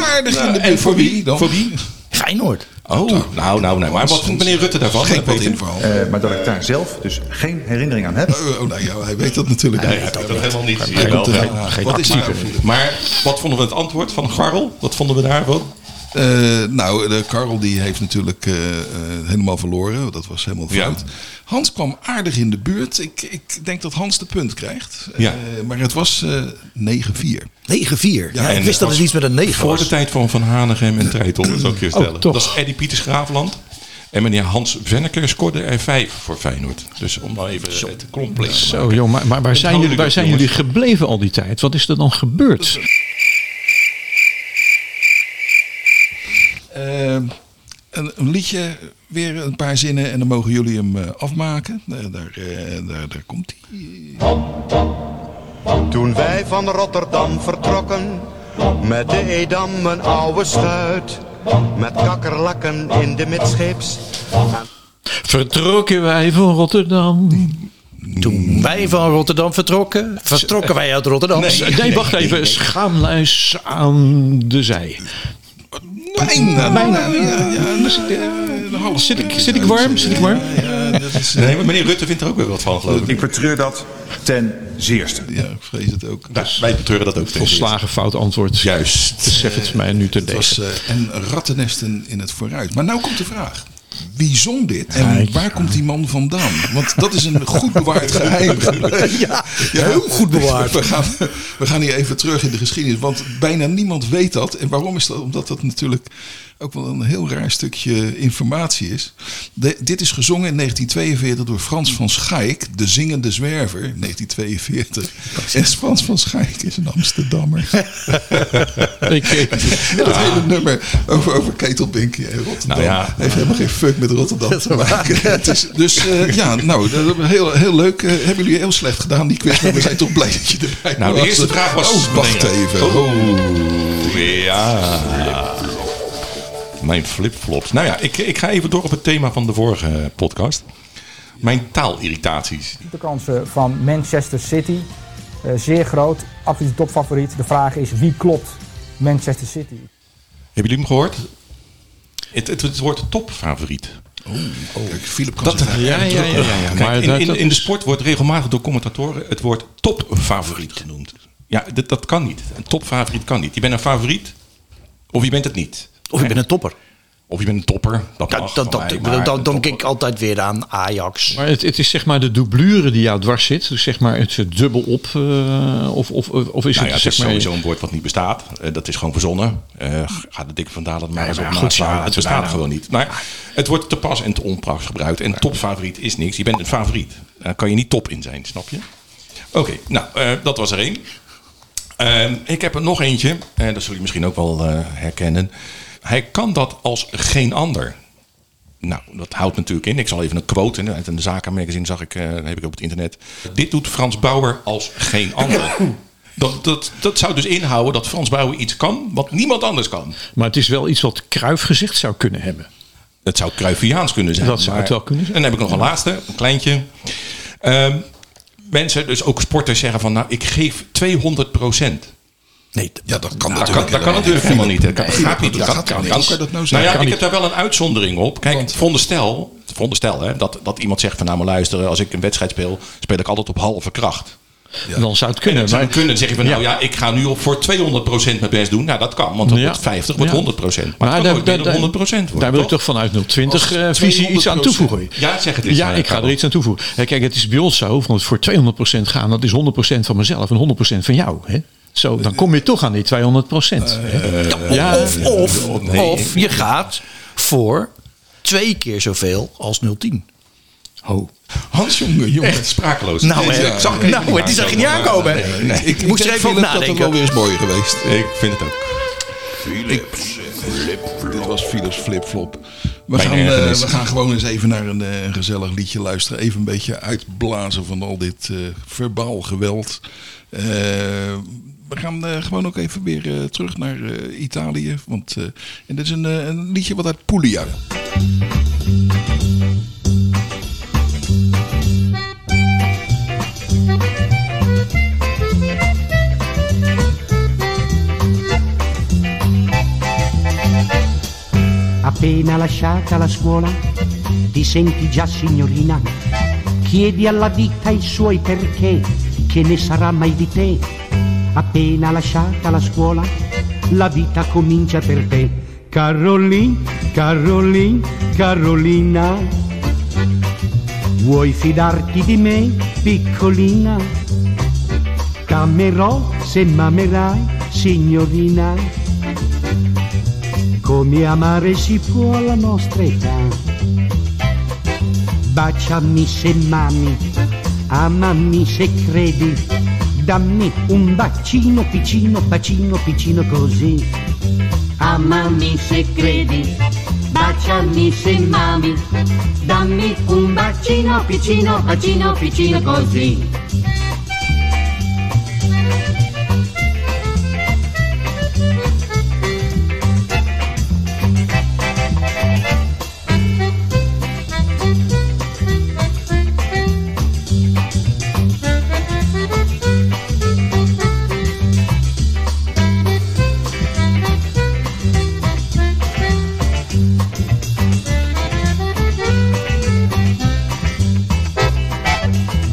S2: en voor wie dan? Voor wie?
S3: Feyenoord.
S2: Oh, nou, nou, nee. Maar wat vindt meneer Rutte daarvan?
S1: Geen wat
S2: Weet je?
S1: inval.
S9: Eh, maar dat ik daar zelf dus geen herinnering aan heb.
S1: Oh, nou ja, hij weet dat natuurlijk
S2: Nee,
S1: niet.
S2: hij weet dat helemaal niet.
S1: Hij komt er-
S2: Jawel,
S1: Wat
S2: wat is
S1: daar
S2: daar? Maar wat vonden we het antwoord van Garrel? Wat vonden we daarvan?
S1: Eh, nou, de Karel die heeft natuurlijk eh, eh, helemaal verloren. Dat was helemaal
S2: Ja.
S1: fout. Hans kwam aardig in de buurt. Ik, ik denk dat Hans de punt krijgt.
S2: Ja.
S1: Eh, maar het was eh 9-4.
S3: 9-4. Ja, ik
S2: en
S3: wist dat
S2: als-
S3: het iets met een 9
S2: Voor de
S3: was.
S2: tijd van Van Hanegem en Treitel, zou ik je stellen.
S4: toch.
S2: dat is Eddie Pieters Graafland. En meneer Hans Venneker scoorde er vijf voor Feyenoord. Dus om nou even het te compleet te
S4: Zo,
S2: maken.
S4: joh, maar, maar waar zijn, jullie, waar
S2: Onthouden
S4: zijn
S2: jongens.
S4: jullie gebleven al die tijd? Wat is er dan gebeurd?
S1: Eh, een, een liedje, weer een paar zinnen en dan mogen jullie hem eh, afmaken. Eh, daar, eh, daar, daar komt hij.
S10: Toen wij van Rotterdam vertrokken, met de Edam een oude schuit, met kakkerlakken in de midscheeps.
S4: Vertrokken wij van Rotterdam.
S3: Toen wij van Rotterdam vertrokken, vertrokken wij uit Rotterdam.
S4: Nee, wacht even. Schaamluis aan de zij.
S1: Bijna.
S4: Bijna.
S1: Ja, ja, dus, eh, een half
S4: Zit ik,
S1: puntje
S4: zit ik
S1: zou
S4: warm?
S1: zeggen.
S4: Zit ik warm?
S1: Ja, dat is, eh,
S2: Nee, maar meneer Rutte vindt er ook weer wat van, geloof ik.
S9: Ik betreur dat ten zeerste.
S1: ja, ik vrees het ook.
S2: Nou, wij betreuren dat ook tegen.
S4: Volslagen fout antwoord.
S2: Juist.
S4: Besef het mij nu te
S1: Het was,
S4: deze.
S1: eh, en rattennesten in het vooruit. Maar nou komt de vraag. Wie zong dit en waar komt die man vandaan? Want dat is een goed bewaard geheim. Ja, heel goed bewaard. We gaan, we gaan hier even terug in de geschiedenis. Want bijna niemand weet dat. En waarom is dat? Omdat dat natuurlijk ook wel een heel raar stukje informatie is. De- dit is gezongen in 1942 door Frans van Schaik, de zingende zwerver, 1942. En Frans van Schaik is een Amsterdammer.
S4: Ik, ik-
S1: Dat hele nummer over, over Ketelbinkie en Rotterdam.
S2: Nou ja.
S1: Heeft helemaal geen fuck met Rotterdam te maken. Het is- dus eh, ja, nou, dat- heel, heel leuk. Eh, hebben jullie heel slecht gedaan, die quiz. Maar we zijn toch blij dat je erbij
S2: Nou, de
S1: was.
S2: eerste vraag was...
S1: Oh, wacht even.
S2: Oh, ja. Mijn flipflops. Nou ja, ik, ik ga even door op het thema van de vorige podcast. Mijn taalirritaties.
S11: De kansen van Manchester City eh, zeer groot. Absoluut topfavoriet. De vraag is wie klopt Manchester City?
S2: Hebben jullie hem gehoord? Het, het, het woord topfavoriet.
S1: Oh, Kijk, Philip kan
S2: Dat,
S1: zich daar-
S4: ja, ja, ja. ja.
S2: Kijk,
S4: Maar
S2: in,
S4: dat-
S2: in, in de sport wordt regelmatig door commentatoren het woord topfavoriet genoemd. Ja, dat, dat kan niet. Een topfavoriet kan niet. Je bent een favoriet of je bent het niet.
S3: Of je bent Oh, een topper.
S2: Of je bent een topper. Dat
S3: Dat,
S2: mag
S3: dat,
S2: van
S3: dat,
S2: mij,
S3: dat-
S2: maar
S3: dan
S2: een
S3: denk
S2: topper-
S3: ik altijd weer aan Ajax.
S4: Maar het, het is zeg maar de doublure die jou dwars zit. Dus zeg maar het eh, dubbel op. eh, of, of, of of is
S2: Nou
S4: het
S2: ja, het
S4: zeg
S2: is
S4: maar...
S2: sowieso een woord wat niet bestaat. Eh, dat is gewoon verzonnen. Eh ga de dikke van Dalen maar eens op
S4: goed,
S2: naslaan.
S4: ja,
S2: het bestaat gewoon niet. Maar het wordt te pas en te onpras gebruikt. En topfavoriet is niks. Je bent een favoriet. Daar kan je niet top in zijn, snap je? Oké, nou, eh, dat was er één. Ehm, ik heb er nog eentje. Eh, dat zul je misschien ook wel eh, herkennen. Hij kan dat als geen ander. Nou, dat houdt natuurlijk in. Ik zal even een quote in- uit een zakenmagazine zag ik, eh, heb ik op het internet. Dit doet Frans Bauer als geen ander. Dat, dat, dat zou dus inhouden dat Frans Bauer iets kan wat niemand anders kan.
S4: Maar het is wel iets wat Kruif gezegd zou kunnen hebben.
S2: Het zou Cruyffiaans kunnen zijn.
S4: Dat zou het wel kunnen zijn.
S2: En dan heb ik nog een laatste, een kleintje. Ehm, mensen, dus ook sporters zeggen van nou, ik geef 200 procent. Nou,
S3: Nee,
S1: Ja, dat kan
S2: Dat kan,
S1: natuurlijk
S2: dat kan natuurlijk helemaal niet. Dat kan,
S1: Nee,
S2: gaat
S1: dat
S2: niet. Dat
S1: gaat
S2: kan, kan,
S1: niet.
S2: kan,
S1: Hoe kan dat nou zijn?
S2: nou ja,
S1: Kan
S2: ik heb daar wel een uitzondering op. Kijk, veronderstel, veronderstel hè, dat, dat iemand zegt van nou maar luisteren, als ik een wedstrijd speel, speel ik altijd op halve kracht.
S4: Dan zou het
S2: En
S4: kunnen.
S2: dan zou
S4: maar-
S2: het kunnen, dan zeg je van nou ja, ik ga nu op voor 200% mijn best doen. Nou dat kan, want dat
S4: Ja.
S2: wordt 50, wordt
S4: Ja.
S2: 100%. Maar, het kan
S4: daar-
S2: nooit meer
S4: daar-
S2: dan 100% worden,
S4: Daar wil ik
S2: toch?
S4: toch vanuit 020 eh,
S1: Als
S4: visie iets aan
S1: 200%.
S4: toevoegen.
S2: Ja, zeg het eens,
S4: Ja,
S2: eh,
S4: ik ga er
S2: Karel.
S4: iets aan toevoegen. Hè, Kijk, het is bij ons zo, want voor 200% gaan, dat is 100% van mezelf en 100% van jou. Hè? Zo, dan kom je toch aan die 200%. hè.
S2: Eh,
S4: ja,
S3: of, of, of je gaat voor twee keer zoveel als 010.
S4: Ho.
S1: Hans, jongen, jongen.
S2: Echt sprakeloos.
S3: Nou,
S2: Deze-
S3: hè.
S2: ik zag het even
S3: Nou, hè, die zag je niet aankomen, hè.
S2: Nee, nee.
S1: Ik, ik
S3: Moest er
S1: denk,
S3: even
S1: Philip,
S3: over
S1: dat het
S3: nadenken.
S1: wel weer eens mooi geweest.
S2: Ik vind het ook.
S1: Dit was Philips flipflop. We
S2: Mijn
S1: gaan, eh,
S2: ergernis.
S1: we gaan gewoon eens even naar een, eh, een gezellig liedje luisteren. Even een beetje uitblazen van al dit eh, verbaal geweld. Eh, we gaan eh, gewoon ook even weer eh, terug naar eh, Italië. Want, eh, en dit is een, eh, een liedje wat uit Puglia komt.
S12: Appena lasciata la scuola, ti senti già signorina. Chiedi alla vita i suoi perché, che ne sarà mai di te. Appena lasciata la scuola, la vita comincia per te. Carolin, Carolin, Carolina. Vuoi fidarti di me, piccolina? Camerò se mamerai, signorina. Come amare si può alla nostra età. Baciami se mami, amami se credi, dammi un bacino piccino, bacino piccino così.
S13: Amami se credi, baciami se mami, dammi un bacino piccino, bacino piccino così.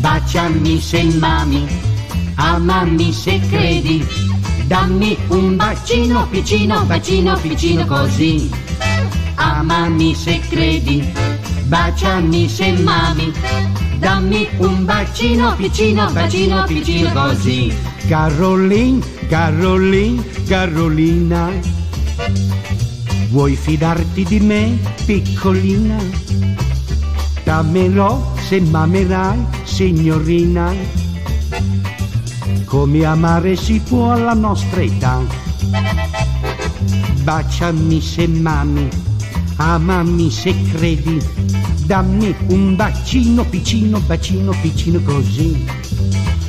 S12: Baciami se mami,
S13: Amami se credi, dammi un bacino piccino, bacino piccino così. Amami se credi, baciami se mami, dammi un bacino piccino, bacino piccino così.
S12: Carolin, Carolin, Carolina. Vuoi fidarti di me, piccolina? Dammelo se mamerai, signorina. Come amare si può alla nostra età. Baciami se mami, amami se credi. Dammi un bacino piccino, bacino piccino così.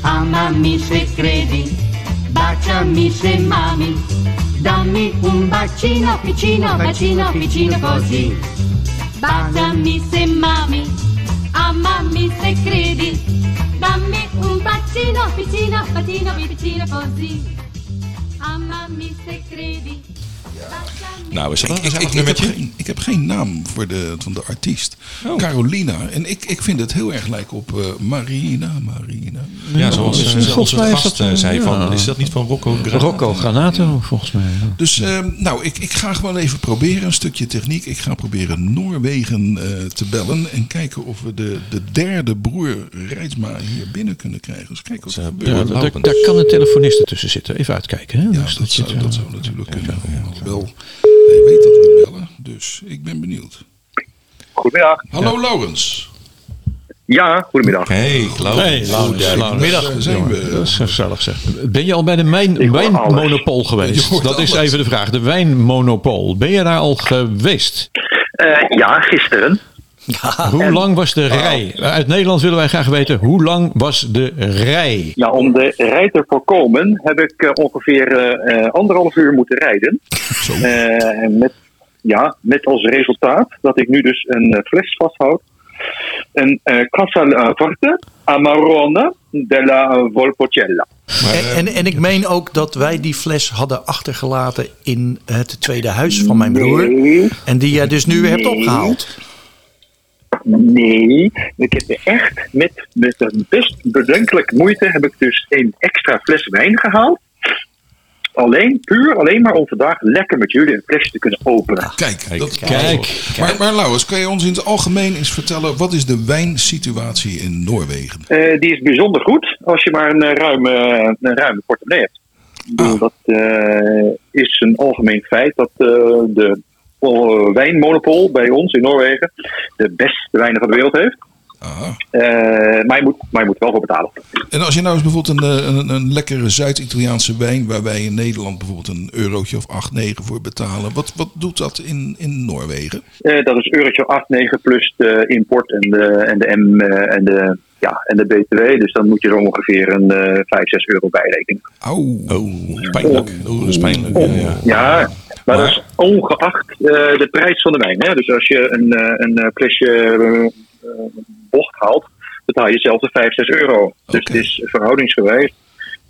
S13: Amami se credi, baciami se mami, dammi un bacino piccino, bacino piccino così. Baciami se mami, amami se credi, dammi un bacino piccino, bacino piccino così. Amami se credi.
S2: Nou, we
S1: Ik,
S2: zeggen
S1: ik, ik, heb geen, ik heb geen naam voor de, van de artiest.
S2: Oh.
S1: Carolina. En ik, ik vind het heel erg lijken op eh, Marina, Marina.
S2: Ja, zoals eh,
S1: zelfs
S2: onze
S1: het
S2: gast eh, zei van, is dat niet van Rocco Granato?
S4: Rocco Granato, volgens mij. ja.
S1: Dus ehm, nou, ik, ik ga gewoon even proberen een stukje techniek. Ik ga proberen Noorwegen eh, te bellen en kijken of we de, de derde broer Rijtsma hier binnen kunnen krijgen. Dus kijken wat er gebeurt.
S4: Ja, daar, daar kan een telefonist ertussen zitten. Even uitkijken. Hè? Dus
S1: dat, zou,
S4: zit, eh,
S1: dat zou natuurlijk kunnen. Wel, hij weet dat we bellen, dus ik ben benieuwd.
S8: Goedemiddag.
S1: Hallo Laurens.
S8: Ja, goedemiddag.
S2: Hey, Laurens.
S4: Hey, Laurens.
S1: Goedemiddag.
S4: Goedemiddag.
S1: Daar zijn we.
S4: Dat is gezellig zeg. Ben je al bij de mijn, wijnmonopool
S1: Je hoort
S4: geweest? Dat is
S1: alles.
S4: even de vraag. De wijnmonopool. Ben je daar al geweest?
S8: Eh, ja, gisteren. Ah,
S4: Hoe lang was
S8: Oh.
S4: de rij? Uit Nederland willen wij graag weten. Hoe lang was de rij?
S8: Nou, om de rij te voorkomen heb ik eh, ongeveer eh, eh, anderhalf uur moeten rijden. Eh, met, ja, met als resultaat dat ik nu dus een eh, fles vasthoud. Een eh Casa la Forte Amarone della Volpocella.
S3: en, en, en ik meen ook dat wij die fles hadden achtergelaten in het tweede huis van mijn broer. En die jij dus nu weer hebt
S8: Nee.
S3: opgehaald.
S8: Nee, Hmm, ik heb er echt met, met een best bedenkelijk moeite heb ik dus een extra fles wijn gehaald. Alleen, puur alleen maar om vandaag lekker met jullie een flesje te kunnen openen.
S1: Kijk, dat,
S4: Kijk.
S1: Maar, maar Laurens, kan je ons in het algemeen eens vertellen... wat is de wijnsituatie in Noorwegen?
S8: Eh, die is bijzonder goed als je maar een, eh, ruime, een ruime portemonnee hebt. Ik
S2: Ah.
S8: bedoel, Dat eh, is een algemeen feit dat eh, de eh, wijnmonopol bij ons in Noorwegen de beste wijnen van de wereld heeft.
S2: Ah.
S8: Eh, maar, je moet, maar je moet wel voor betalen.
S1: En als je nou eens bijvoorbeeld een, eh, een, een lekkere Zuid-Italiaanse wijn, waar wij in Nederland bijvoorbeeld een eurotje of 8, 9 voor betalen, wat, wat doet dat in, in Noorwegen?
S8: Eh, dat is eurotje 8, 9 plus de import en de, en de M eh, en de, ja, en de BTW. Dus dan moet je er ongeveer een eh 5, 6 euro bijrekenen.
S1: Au.
S2: Oh, pijnlijk. Oh, dat is pijnlijk. Ja, ja.
S8: Ja, maar, dat is ongeacht eh, de prijs van de wijn. Hè? Dus als je een, eh, een eh, flesje eh, eh, bocht haalt, betaal je zelf de 5, 6 euro. Dus het is verhoudingsgewijs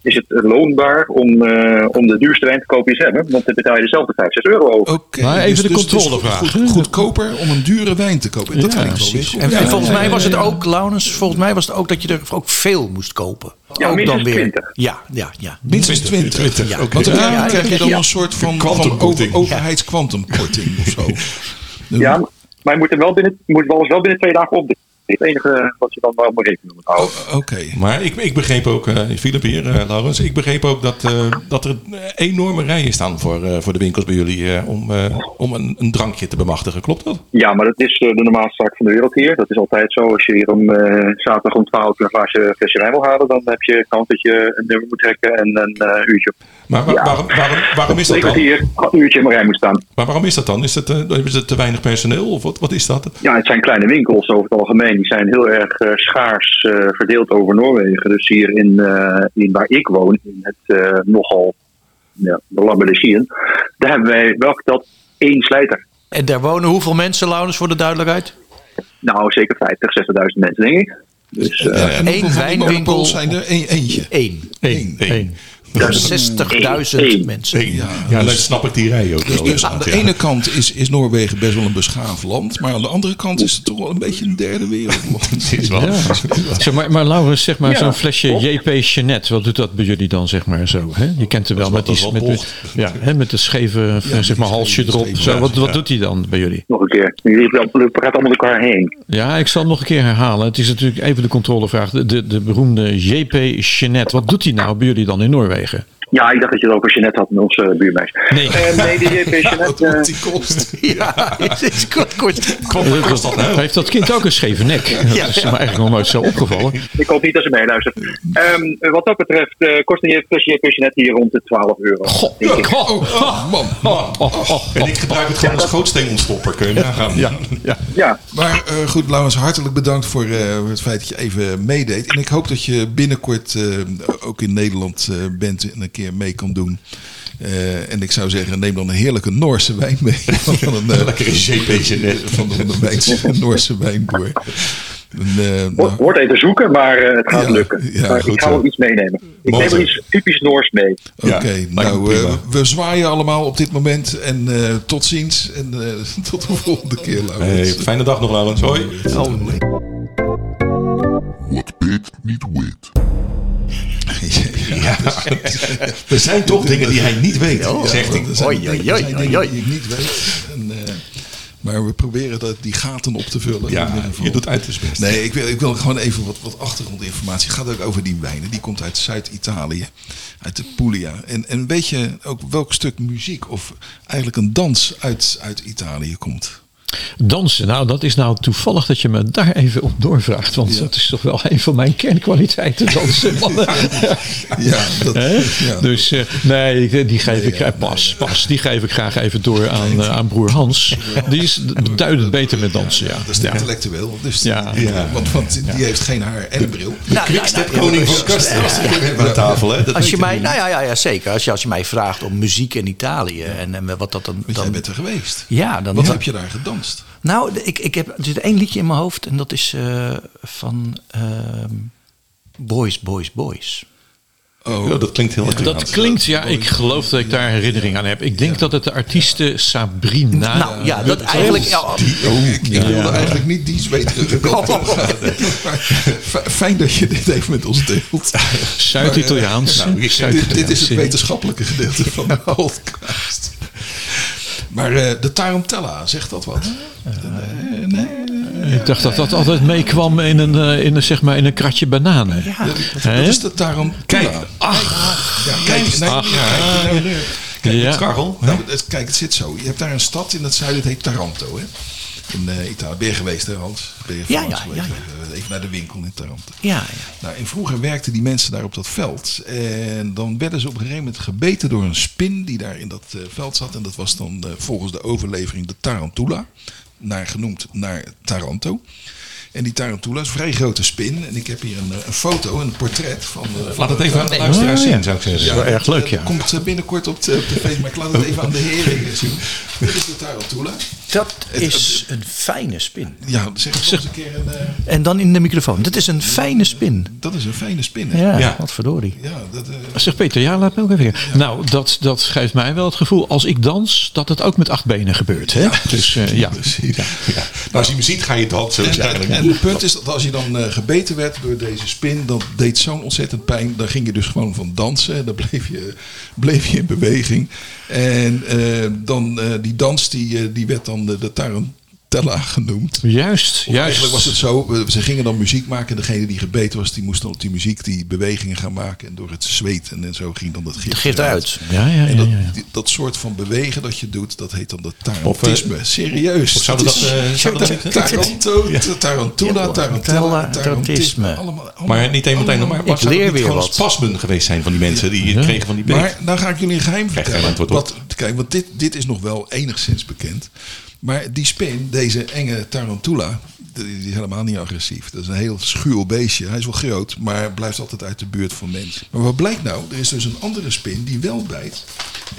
S8: is het loonbaar om, eh, om de duurste wijn te kopen die ze hebben. Want dan betaal je er zelf de 5, 6 euro over.
S1: Oké, dus- dus- dus goed- goed- goedkoper om een dure wijn te kopen. Dat klinkt wel weer goed.
S3: En, en
S1: Ja,
S3: volgens
S1: ja,
S3: mij
S1: ja,
S3: was het
S1: ja.
S3: ook, Launens, volgens mij was het ook dat je er ook veel moest kopen.
S1: Ja,
S3: ook
S1: minstens 20.
S3: Ja, ja, ja.
S1: Minstens 20.
S3: Ja.
S1: Want dan
S3: Ja, ja,
S1: krijg je dan
S3: ja.
S1: een soort van, van
S8: Kwantumkorting.
S1: over, overheidskwantumkorting of zo.
S8: Ja, maar je moet, hem wel binnen, je moet alles wel binnen twee dagen opdringen. Het enige wat je dan wel moet rekenen moet houden.
S1: Oh, Oké.
S2: Maar ik, ik begreep ook, eh Philip hier, eh, Laurens, ik begreep ook dat, eh, dat er enorme rijen staan voor, eh, voor de winkels bij jullie eh, om, eh, om een, een drankje te bemachtigen. Klopt dat?
S8: Ja, maar dat is eh, de normaalste zaak van de wereld hier. Dat is altijd zo. Als je hier om eh, zaterdag om 12 uur een glaasje flesje wijn wil halen, dan heb je kans dat je een nummer moet trekken en een eh, uurtje.
S2: Maar wa- waarom, waarom, waarom is dat
S8: Ik had
S2: dan?
S8: hier een uurtje in mijn rij moet staan.
S2: Maar waarom is dat dan? Is dat, eh, hebben ze te weinig personeel of wat, wat is dat?
S8: Ja, het zijn kleine winkels over het algemeen. Die zijn heel erg eh, schaars eh, verdeeld over Noorwegen. Dus hier in, eh, in waar ik woon, in het eh, nogal ja, belabberde Sien, daar hebben wij wel geteld één slijter.
S3: En daar wonen hoeveel mensen, Launens, voor de duidelijkheid?
S8: Nou, zeker 50, 60.000 mensen, denk ik. Dus, eh,
S3: Eén wijnwinkel.
S1: zijn er Eén- eentje.
S3: Eén.
S2: Eén. Eén.
S3: Dat is 60.000
S1: Eén.
S3: mensen.
S2: Eén. Ja, dan snap ik die rij ook
S1: Dus,
S2: wel.
S1: dus aan de
S2: inderdaad, ja.
S1: ene kant is, is Noorwegen best wel een beschaafd land. Maar aan de andere kant is het toch wel een beetje een derde wereldland.
S2: Precies wel.
S4: Zeg maar, maar Laurens, zeg maar,
S1: Ja,
S4: zo'n flesje
S1: klopt.
S4: JP Chenet, wat doet dat bij jullie dan, zeg maar, zo? Hè? Je kent hem wel, met,
S2: Dat is
S4: die,
S2: wel
S4: met,
S2: bocht.
S4: met, ja, hè, met de scheve,
S2: Ja,
S4: zeg maar, halsje erop.
S2: scheve,
S4: Zo,
S2: ja,
S4: wat, wat
S2: ja.
S4: doet hij dan bij jullie?
S8: Nog een keer. Jullie gaat allemaal elkaar heen.
S4: Ja, ik zal hem nog een keer herhalen. Het is natuurlijk even de controlevraag. De, de, de beroemde JP Chenet, wat doet hij nou bij jullie dan in Noorwegen?
S8: Ja, ik dacht dat je het over Jeanette had met onze eh, buurmeisje.
S4: Nee.
S8: Eh, nee, die JP Jeanette... eh,
S1: kost.
S3: Ja, het is kort, kort.
S4: Eh, Heeft dat kind ook een scheve nek? Dat
S8: Ja.
S4: is me eigenlijk nog nooit zo opgevallen.
S8: Ik hoop niet dat ze meeluistert. Ehm, wat dat betreft eh, kost een flesje JP Jeanette hier rond de 12 euro.
S4: God,
S8: denk ik.
S2: Oh, oh, man. man. En ik gebruik het gewoon als grootstengelstopper. Kun je nagaan.
S3: Oh.
S2: Ja,
S4: ja.
S8: Ja.
S1: Maar eh, goed, Laurens, hartelijk bedankt voor eh, het feit dat je even meedeed. En ik hoop dat je binnenkort eh, ook in Nederland eh, bent en een keer mee kan doen. Eh, en ik zou zeggen, neem dan een heerlijke Noorse wijn mee. Van een eh,
S2: Lekkere JP net.
S1: Van een Wijnse- Noorse wijnboer. Een, eh,
S8: Wordt, wordt even zoeken, maar eh, het gaat lukken.
S1: ja,
S8: Maar
S1: goed
S8: ik ga wel
S1: zo.
S8: iets meenemen. Ik
S1: Mooi
S8: neem
S1: zo.
S8: er iets typisch Noors mee.
S1: Oké,
S2: lijkt me
S1: nou,
S2: prima.
S1: eh, we zwaaien allemaal op dit moment. En eh, tot ziens. En eh, tot de volgende keer,
S2: Hey,
S1: Laurens.
S2: fijne dag nog, Laurens. Hoi.
S14: Wat Piet niet weet.
S2: Ja,
S1: dus-
S2: er zijn toch dingen die hij niet weet,
S1: Ja,
S2: zegt hij.
S1: er zijn
S2: Oei,
S1: dingen-
S2: oei,
S1: er
S2: oei,
S1: zijn
S2: oei,
S1: dingen
S2: oei.
S1: die ik niet weet. En, eh, maar we proberen dat, die gaten op te vullen.
S2: Ja,
S1: In ieder geval.
S2: je doet uiterst best.
S1: Nee, ik wil, ik wil gewoon even wat, wat achtergrondinformatie. Het gaat ook over die wijnen. Die komt uit Zuid-Italië. Uit de Puglia. En, en weet je ook welk stuk muziek of eigenlijk een dans uit, uit Italië komt?
S4: Dansen, nou dat is nou toevallig dat je me daar even op doorvraagt. Want dat is toch wel een van mijn kernkwaliteiten, dansen. mannen.
S1: Ja, dat,
S4: Hè?
S1: ja.
S4: Dus eh, nee, ik- die geef ik eh, pas, pas. Die geef ik graag even door aan, eh, aan broer Hans. Die is d- duidend beter met dansen, ja.
S1: Dat is de intellectueel. Dus die-
S4: Ja.
S1: die-
S4: Ja.
S1: Want, want die heeft geen haar en een bril.
S3: De Nou, quickstep nou, nou, koning van ja, Kasten. ja, ja.
S2: Aan de tafel, hè? Dat
S3: als je
S2: weet ik
S3: mij,
S2: niet.
S3: nou ja, ja, ja, zeker. Als je, als je mij vraagt om muziek in Italië en, en wat dat dan. dan
S1: Jij bent er geweest.
S3: ja, dan.
S1: Wat
S3: dan-
S1: heb je daar gedanst?
S3: Nou, ik, ik heb, er zit één liedje in mijn hoofd en dat is eh, van ehm, Boys, Boys, Boys.
S1: Oh,
S2: dat klinkt heel erg.
S4: Dat klinkt, ja, ik geloof dat ik daar herinnering aan heb. Ik denk dat het de artieste
S1: Ah,
S4: Sabrina...
S3: nou ja, dat eigenlijk. ja,
S1: Ik,
S4: Oh,
S1: ik wilde eigenlijk niet die zweterige kant op gaan. Maar f- Fijn dat je dit even met ons deelt.
S4: Zuid-Italiaans.
S1: Maar, eh, nou, ik- dit, dit is het
S4: Zuid-Italiaans, ja.
S1: wetenschappelijke gedeelte van de
S4: Oh,
S1: podcast. Maar eh, de Tarantella, zegt dat wat? Eh, nee,
S4: Ik dacht dat dat altijd meekwam in een, eh, in een, zeg maar, in een kratje bananen.
S1: dat, dat
S4: Hè?
S1: is de Tarantella.
S4: Kijk, Ah. ach,
S1: Ja, kijk, eens, nou, ja, kijk, nou, Kijk,
S2: Ja.
S1: het-
S2: Karel,
S1: Nou,
S2: hè?
S1: het- kijk, het zit zo. Je hebt daar een stad in het zuiden, het heet Taranto. Hè? In eh, Italië. Ben je geweest, hè, Hans? Ben je
S3: Ja,
S1: langs
S3: ja,
S1: geweest?
S3: ja,
S1: Eh, Even naar de winkel in Taranto.
S3: Ja,
S1: Nou, en vroeger werkten die mensen daar op dat veld. En dan werden ze op een gegeven moment gebeten door een spin die daar in dat eh, veld zat. En dat was dan eh, volgens de overlevering de Tarantula. Naar, genoemd naar Taranto. En die Tarantula is een vrij grote spin. En ik heb hier een, eh, een foto, een portret van... eh,
S2: Laat het even aan de
S1: Nee.
S2: luisteraars
S1: Oh, ja.
S2: zien, zou ik zeggen.
S1: Ja,
S2: Dat is wel
S1: dat,
S2: erg leuk,
S1: eh,
S2: ja.
S1: Komt eh, binnenkort op de, op de feest, maar ik laat het even aan de dus heren zien. Dit is de Tarantula.
S3: Dat is een fijne spin.
S1: Ja, zeg het nog eens een keer. Een, eh,
S3: En dan in de microfoon. Dat is een fijne spin.
S1: dat is een fijne spin. hè?
S3: Ja,
S1: ja.
S3: wat verdorie.
S1: dat, eh,
S2: Nou,
S4: Zeg Peter, ja, laat me ook even. Nou, dat, dat geeft mij wel het gevoel als ik dans dat het ook met acht benen gebeurt. Hè? Dus eh, ja.
S2: Nou, als je me ziet, ga je dansen.
S1: En,
S2: eigenlijk.
S1: en het punt is dat als je dan eh, gebeten werd door deze spin, dat deed zo'n ontzettend pijn. Dan ging je dus gewoon van dansen. Dan bleef je, bleef je in beweging. En eh, dan eh, die dans, die, eh, die werd dan de, de tarantella genoemd.
S4: Juist,
S1: Of
S4: juist.
S1: Eigenlijk was het zo, eh, ze gingen dan muziek maken. Degene die gebeten was, die moest dan op die muziek die bewegingen gaan maken. En door het zweet en, en zo ging dan dat gift,
S3: gift uit.
S4: Ja, ja,
S1: en dat,
S4: ja, ja.
S1: die- dat soort van bewegen dat je doet, dat heet dan dat
S2: Of, eh,
S1: tarantisme. Serieus.
S2: of zouden dat, eh, zouden dat niet-
S1: Taranto, tarantula, tarantella, tarantisme. Allemaal, allemaal-
S2: Maar niet één meteen, maar, maar
S1: allemaal-
S2: zou
S3: leer
S2: het niet
S3: weer
S2: gewoon
S3: wat.
S2: spasmen geweest zijn van die mensen die het kregen van die beet?
S1: Maar nou ga ik jullie een geheim
S2: Krijg geen
S1: vertellen.
S2: antwoord op.
S1: Wat, kijk, want dit, dit is nog wel enigszins bekend. Maar die spin, deze enge tarantula, die die is helemaal niet agressief. Dat is een heel schuw beestje. Hij is wel groot, maar blijft altijd uit de buurt van mensen. Maar wat blijkt nou? Er is dus een andere spin die wel bijt.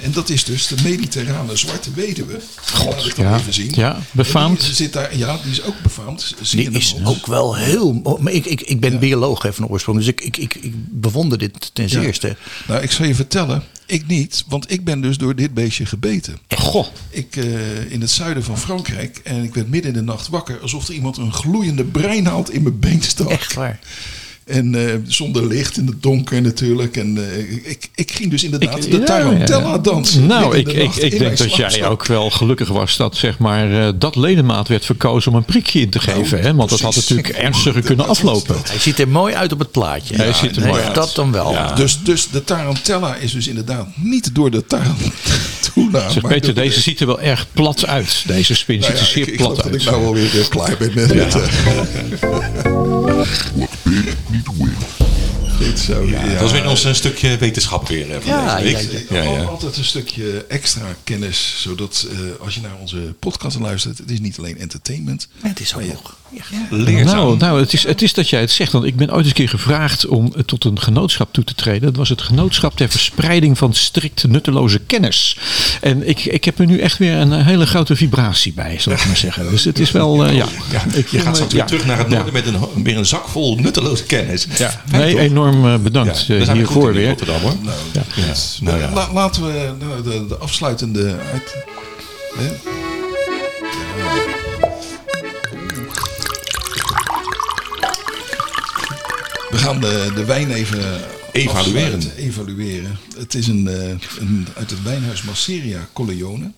S1: En dat is dus de mediterrane zwarte weduwe. God, Laat ik dat
S4: ja.
S1: even zien.
S4: Ja,
S1: En die
S4: befaamd.
S1: zit daar, ja, die is ook befaamd. Zie je
S3: Die
S1: dat
S3: is
S1: ons?
S3: ook wel heel... mo- Maar ik, ik, ik ben bioloog hè, van oorsprong, dus ik, ik, ik, ik bewonder dit ten
S1: Ja.
S3: zeerste.
S1: Nou, ik zal je vertellen. Ik niet, want ik ben dus door dit beestje gebeten.
S4: Goh.
S1: Ik eh, in het zuiden van Frankrijk en ik werd midden in de nacht wakker alsof er iemand een gloeiende breinhaalt in mijn been stak.
S3: Echt waar.
S1: En eh, zonder licht in het donker natuurlijk. En eh, ik, ik ging dus inderdaad de
S4: Ja,
S1: tarantella
S4: ja.
S1: dansen.
S4: Nou,
S1: midden in de
S4: ik, ik,
S1: nacht
S4: ik
S1: in
S4: denk
S1: mijn
S4: dat jij
S1: slaapzak.
S4: ook wel gelukkig was dat zeg maar, eh, dat ledemaat werd verkozen om een prikje in te geven. Hè? Want dat had
S1: Nou, precies.
S4: natuurlijk ernstiger kunnen aflopen.
S3: Hij ziet er mooi uit op het plaatje.
S4: Hij ziet er
S3: Nee,
S4: mooi uit.
S3: Dat dan wel.
S4: Ja.
S1: Dus, dus de tarantella is dus inderdaad niet door de tarantula.
S4: Zeg
S1: maar door de-
S4: Peter, deze ziet er wel erg plat uit. Deze spin
S1: Nou
S4: ziet
S1: ja,
S4: er
S1: ik,
S4: zeer
S1: ik geloof
S4: plat
S1: dat ik
S4: uit.
S1: nou alweer weer klaar ben met het, eh.
S14: Wat Pit niet weet.
S1: eh, dit zo. Ja,
S2: Dat is weer ons een stukje wetenschap weer eh, van
S3: Ja,
S2: deze
S3: ja,
S2: week. Ja, ja.
S1: Al- Altijd een stukje extra kennis, zodat eh, als je naar onze podcast luistert, het is niet alleen entertainment.
S3: Het is ook
S1: Ja.
S3: nog. Ja.
S2: Leerzaam.
S4: Nou, nou het, is, het is dat jij het zegt. Want ik ben ooit eens een keer gevraagd om eh, tot een genootschap toe te treden. Dat was het genootschap ter verspreiding van strikt nutteloze kennis. En ik, ik heb er nu echt weer een eh, hele grote vibratie bij, zal ik maar zeggen. Dus het is wel, eh, ja.
S2: Ja,
S4: Ik
S2: je
S4: voel
S2: gaat
S4: me-
S2: zo
S4: ja.
S2: terug terug naar het
S4: Ja.
S2: noorden met een, ho- weer een zak vol nutteloze kennis.
S4: Ja.
S2: Fijn,
S4: Nee,
S2: toch?
S4: enorm eh,
S2: Ja,
S4: bedankt eh,
S2: daar zijn we goed
S4: hiervoor
S2: in
S4: weer.
S2: Rotterdam hoor.
S1: Nou,
S2: Ja. Nou ja.
S1: La- laten we nou, de, de afsluitende uit. Hè? We gaan de, de wijn even
S2: Evalueren.
S1: afsluiten, evalueren. Het is een, eh, een uit het wijnhuis Masseria Colleone.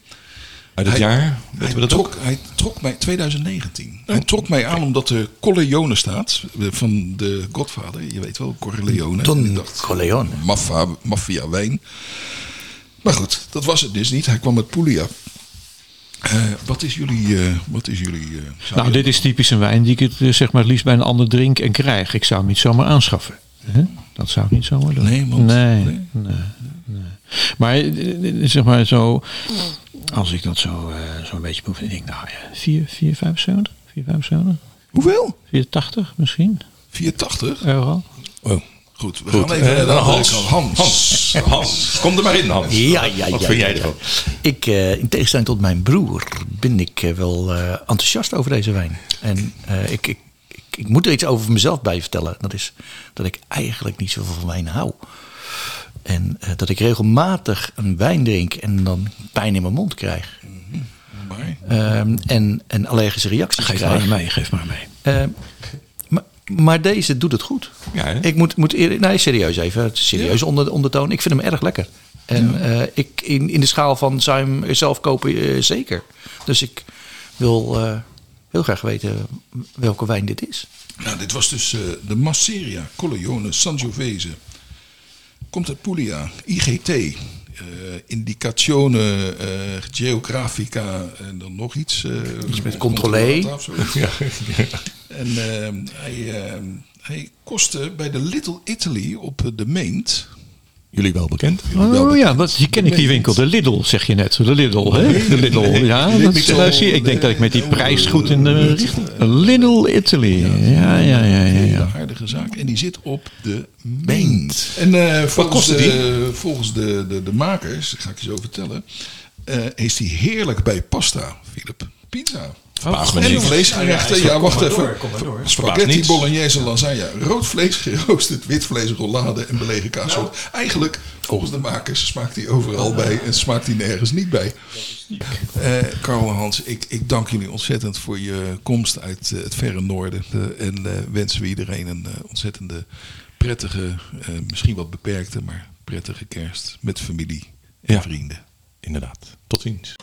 S2: Uit het
S1: Hij-
S2: jaar,
S1: Hij
S2: weten we dat
S1: trok,
S2: ook? Oh.
S1: hij trok mij 2019. Hij trok mij aan omdat de Corleone staat eh, van de Godvader. Je weet wel, Corleone. En ik
S3: Don
S1: dacht,
S3: Corleone.
S1: Maffa, maffia wijn. Maar goed, dat was het dus niet. Hij kwam met Puglia. Eh, wat is jullie... eh, wat is jullie eh, zou
S4: Nou,
S1: je-
S4: dit is typisch een wijn die ik het, eh, zeg maar, het liefst bij een ander drink en krijg. Ik zou hem niet zomaar aanschaffen. Hè? Dat zou ik niet zomaar doen.
S1: Nee, want-
S4: nee,
S1: nee.
S4: nee. nee. Maar eh, eh, zeg maar zo, als ik dat zo eh, zo'n beetje proef, dan denk ik, nou ja, 4, 4, 75, 4, 75,
S1: Hoeveel?
S4: 480 misschien
S1: 480?
S4: euro.
S1: Oh. Goed, we
S2: Goed,
S1: gaan even
S2: eh,
S1: naar de
S2: dan
S1: andere
S2: Hans.
S1: kant. Hans.
S2: Hans. Hans, kom er maar in Hans.
S3: Ja, ja, ja.
S2: Wat vind jij
S3: ja.
S2: ervan?
S3: Ik, eh, in tegenstelling tot mijn broer, ben ik eh, wel eh, enthousiast over deze wijn. En eh, ik, ik, ik, ik moet er iets over mezelf bij vertellen. Dat is dat ik eigenlijk niet zoveel van wijn hou. En eh, dat ik regelmatig een wijn drink en dan pijn in mijn mond krijg.
S2: Mm-hmm.
S1: Maar,
S3: Ehm, en, en allergische reacties
S4: Geef
S3: krijg.
S4: maar mee, geef maar mee.
S3: Ehm, maar, maar deze doet het goed.
S2: Ja, hè?
S3: ik moet, moet eerlijk, nee, serieus even, serieus onder, ondertoon. Ik vind hem erg lekker. En eh, ik, in, in de schaal van zou je hem zelf kopen, eh, zeker. Dus ik wil eh, heel graag weten welke wijn dit is.
S1: nou, dit was dus eh, de Masseria Colleone Sangiovese. Komt uit Puglia. IGT. eh Indicazione eh, Geografica en dan nog iets. eh,
S3: Iets met controlé.
S1: controlata of zo.
S3: Ja.
S1: En ehm, hij, ehm, hij kostte bij de Little Italy op eh, de Meent.
S2: Jullie wel bekend?
S4: Oh ja, wat, die ken ik die winkel. De Lidl, zeg je net. De Lidl, hè? De Lidl, ja. Dat, daar zie je. Ik denk dat ik met die prijs goed in de richting... Lidl Italy. Ja, ja, ja, ja. ja.
S1: aardige zaak. En die zit op de Meent. En eh, volgens,
S2: kostte
S1: de, volgens de, de, de makers, dat ga ik je zo vertellen, eh, is die heerlijk bij pasta, Philip. Pizza.
S2: Verbaast me
S1: en
S2: niks.
S1: vleesgerechten,
S2: Ja,
S1: ja,
S2: ja, kom
S1: wacht
S2: maar
S1: even.
S2: door, kom maar door. Verbaast
S1: Spaghetti,
S2: niets.
S1: bolognese, lasagne, rood vlees geroosterd, wit vlees, rollade en belegen kaas. Eigenlijk, volgens de makers, smaakt die overal bij en smaakt die nergens niet bij. Eh, Karel en Hans, ik, ik dank jullie ontzettend voor je komst uit eh, het verre noorden. Eh, en eh, wensen we iedereen een eh, ontzettende prettige, eh, misschien wat beperkte, maar prettige kerst met familie en
S2: Ja.
S1: vrienden.
S2: Inderdaad. Tot ziens.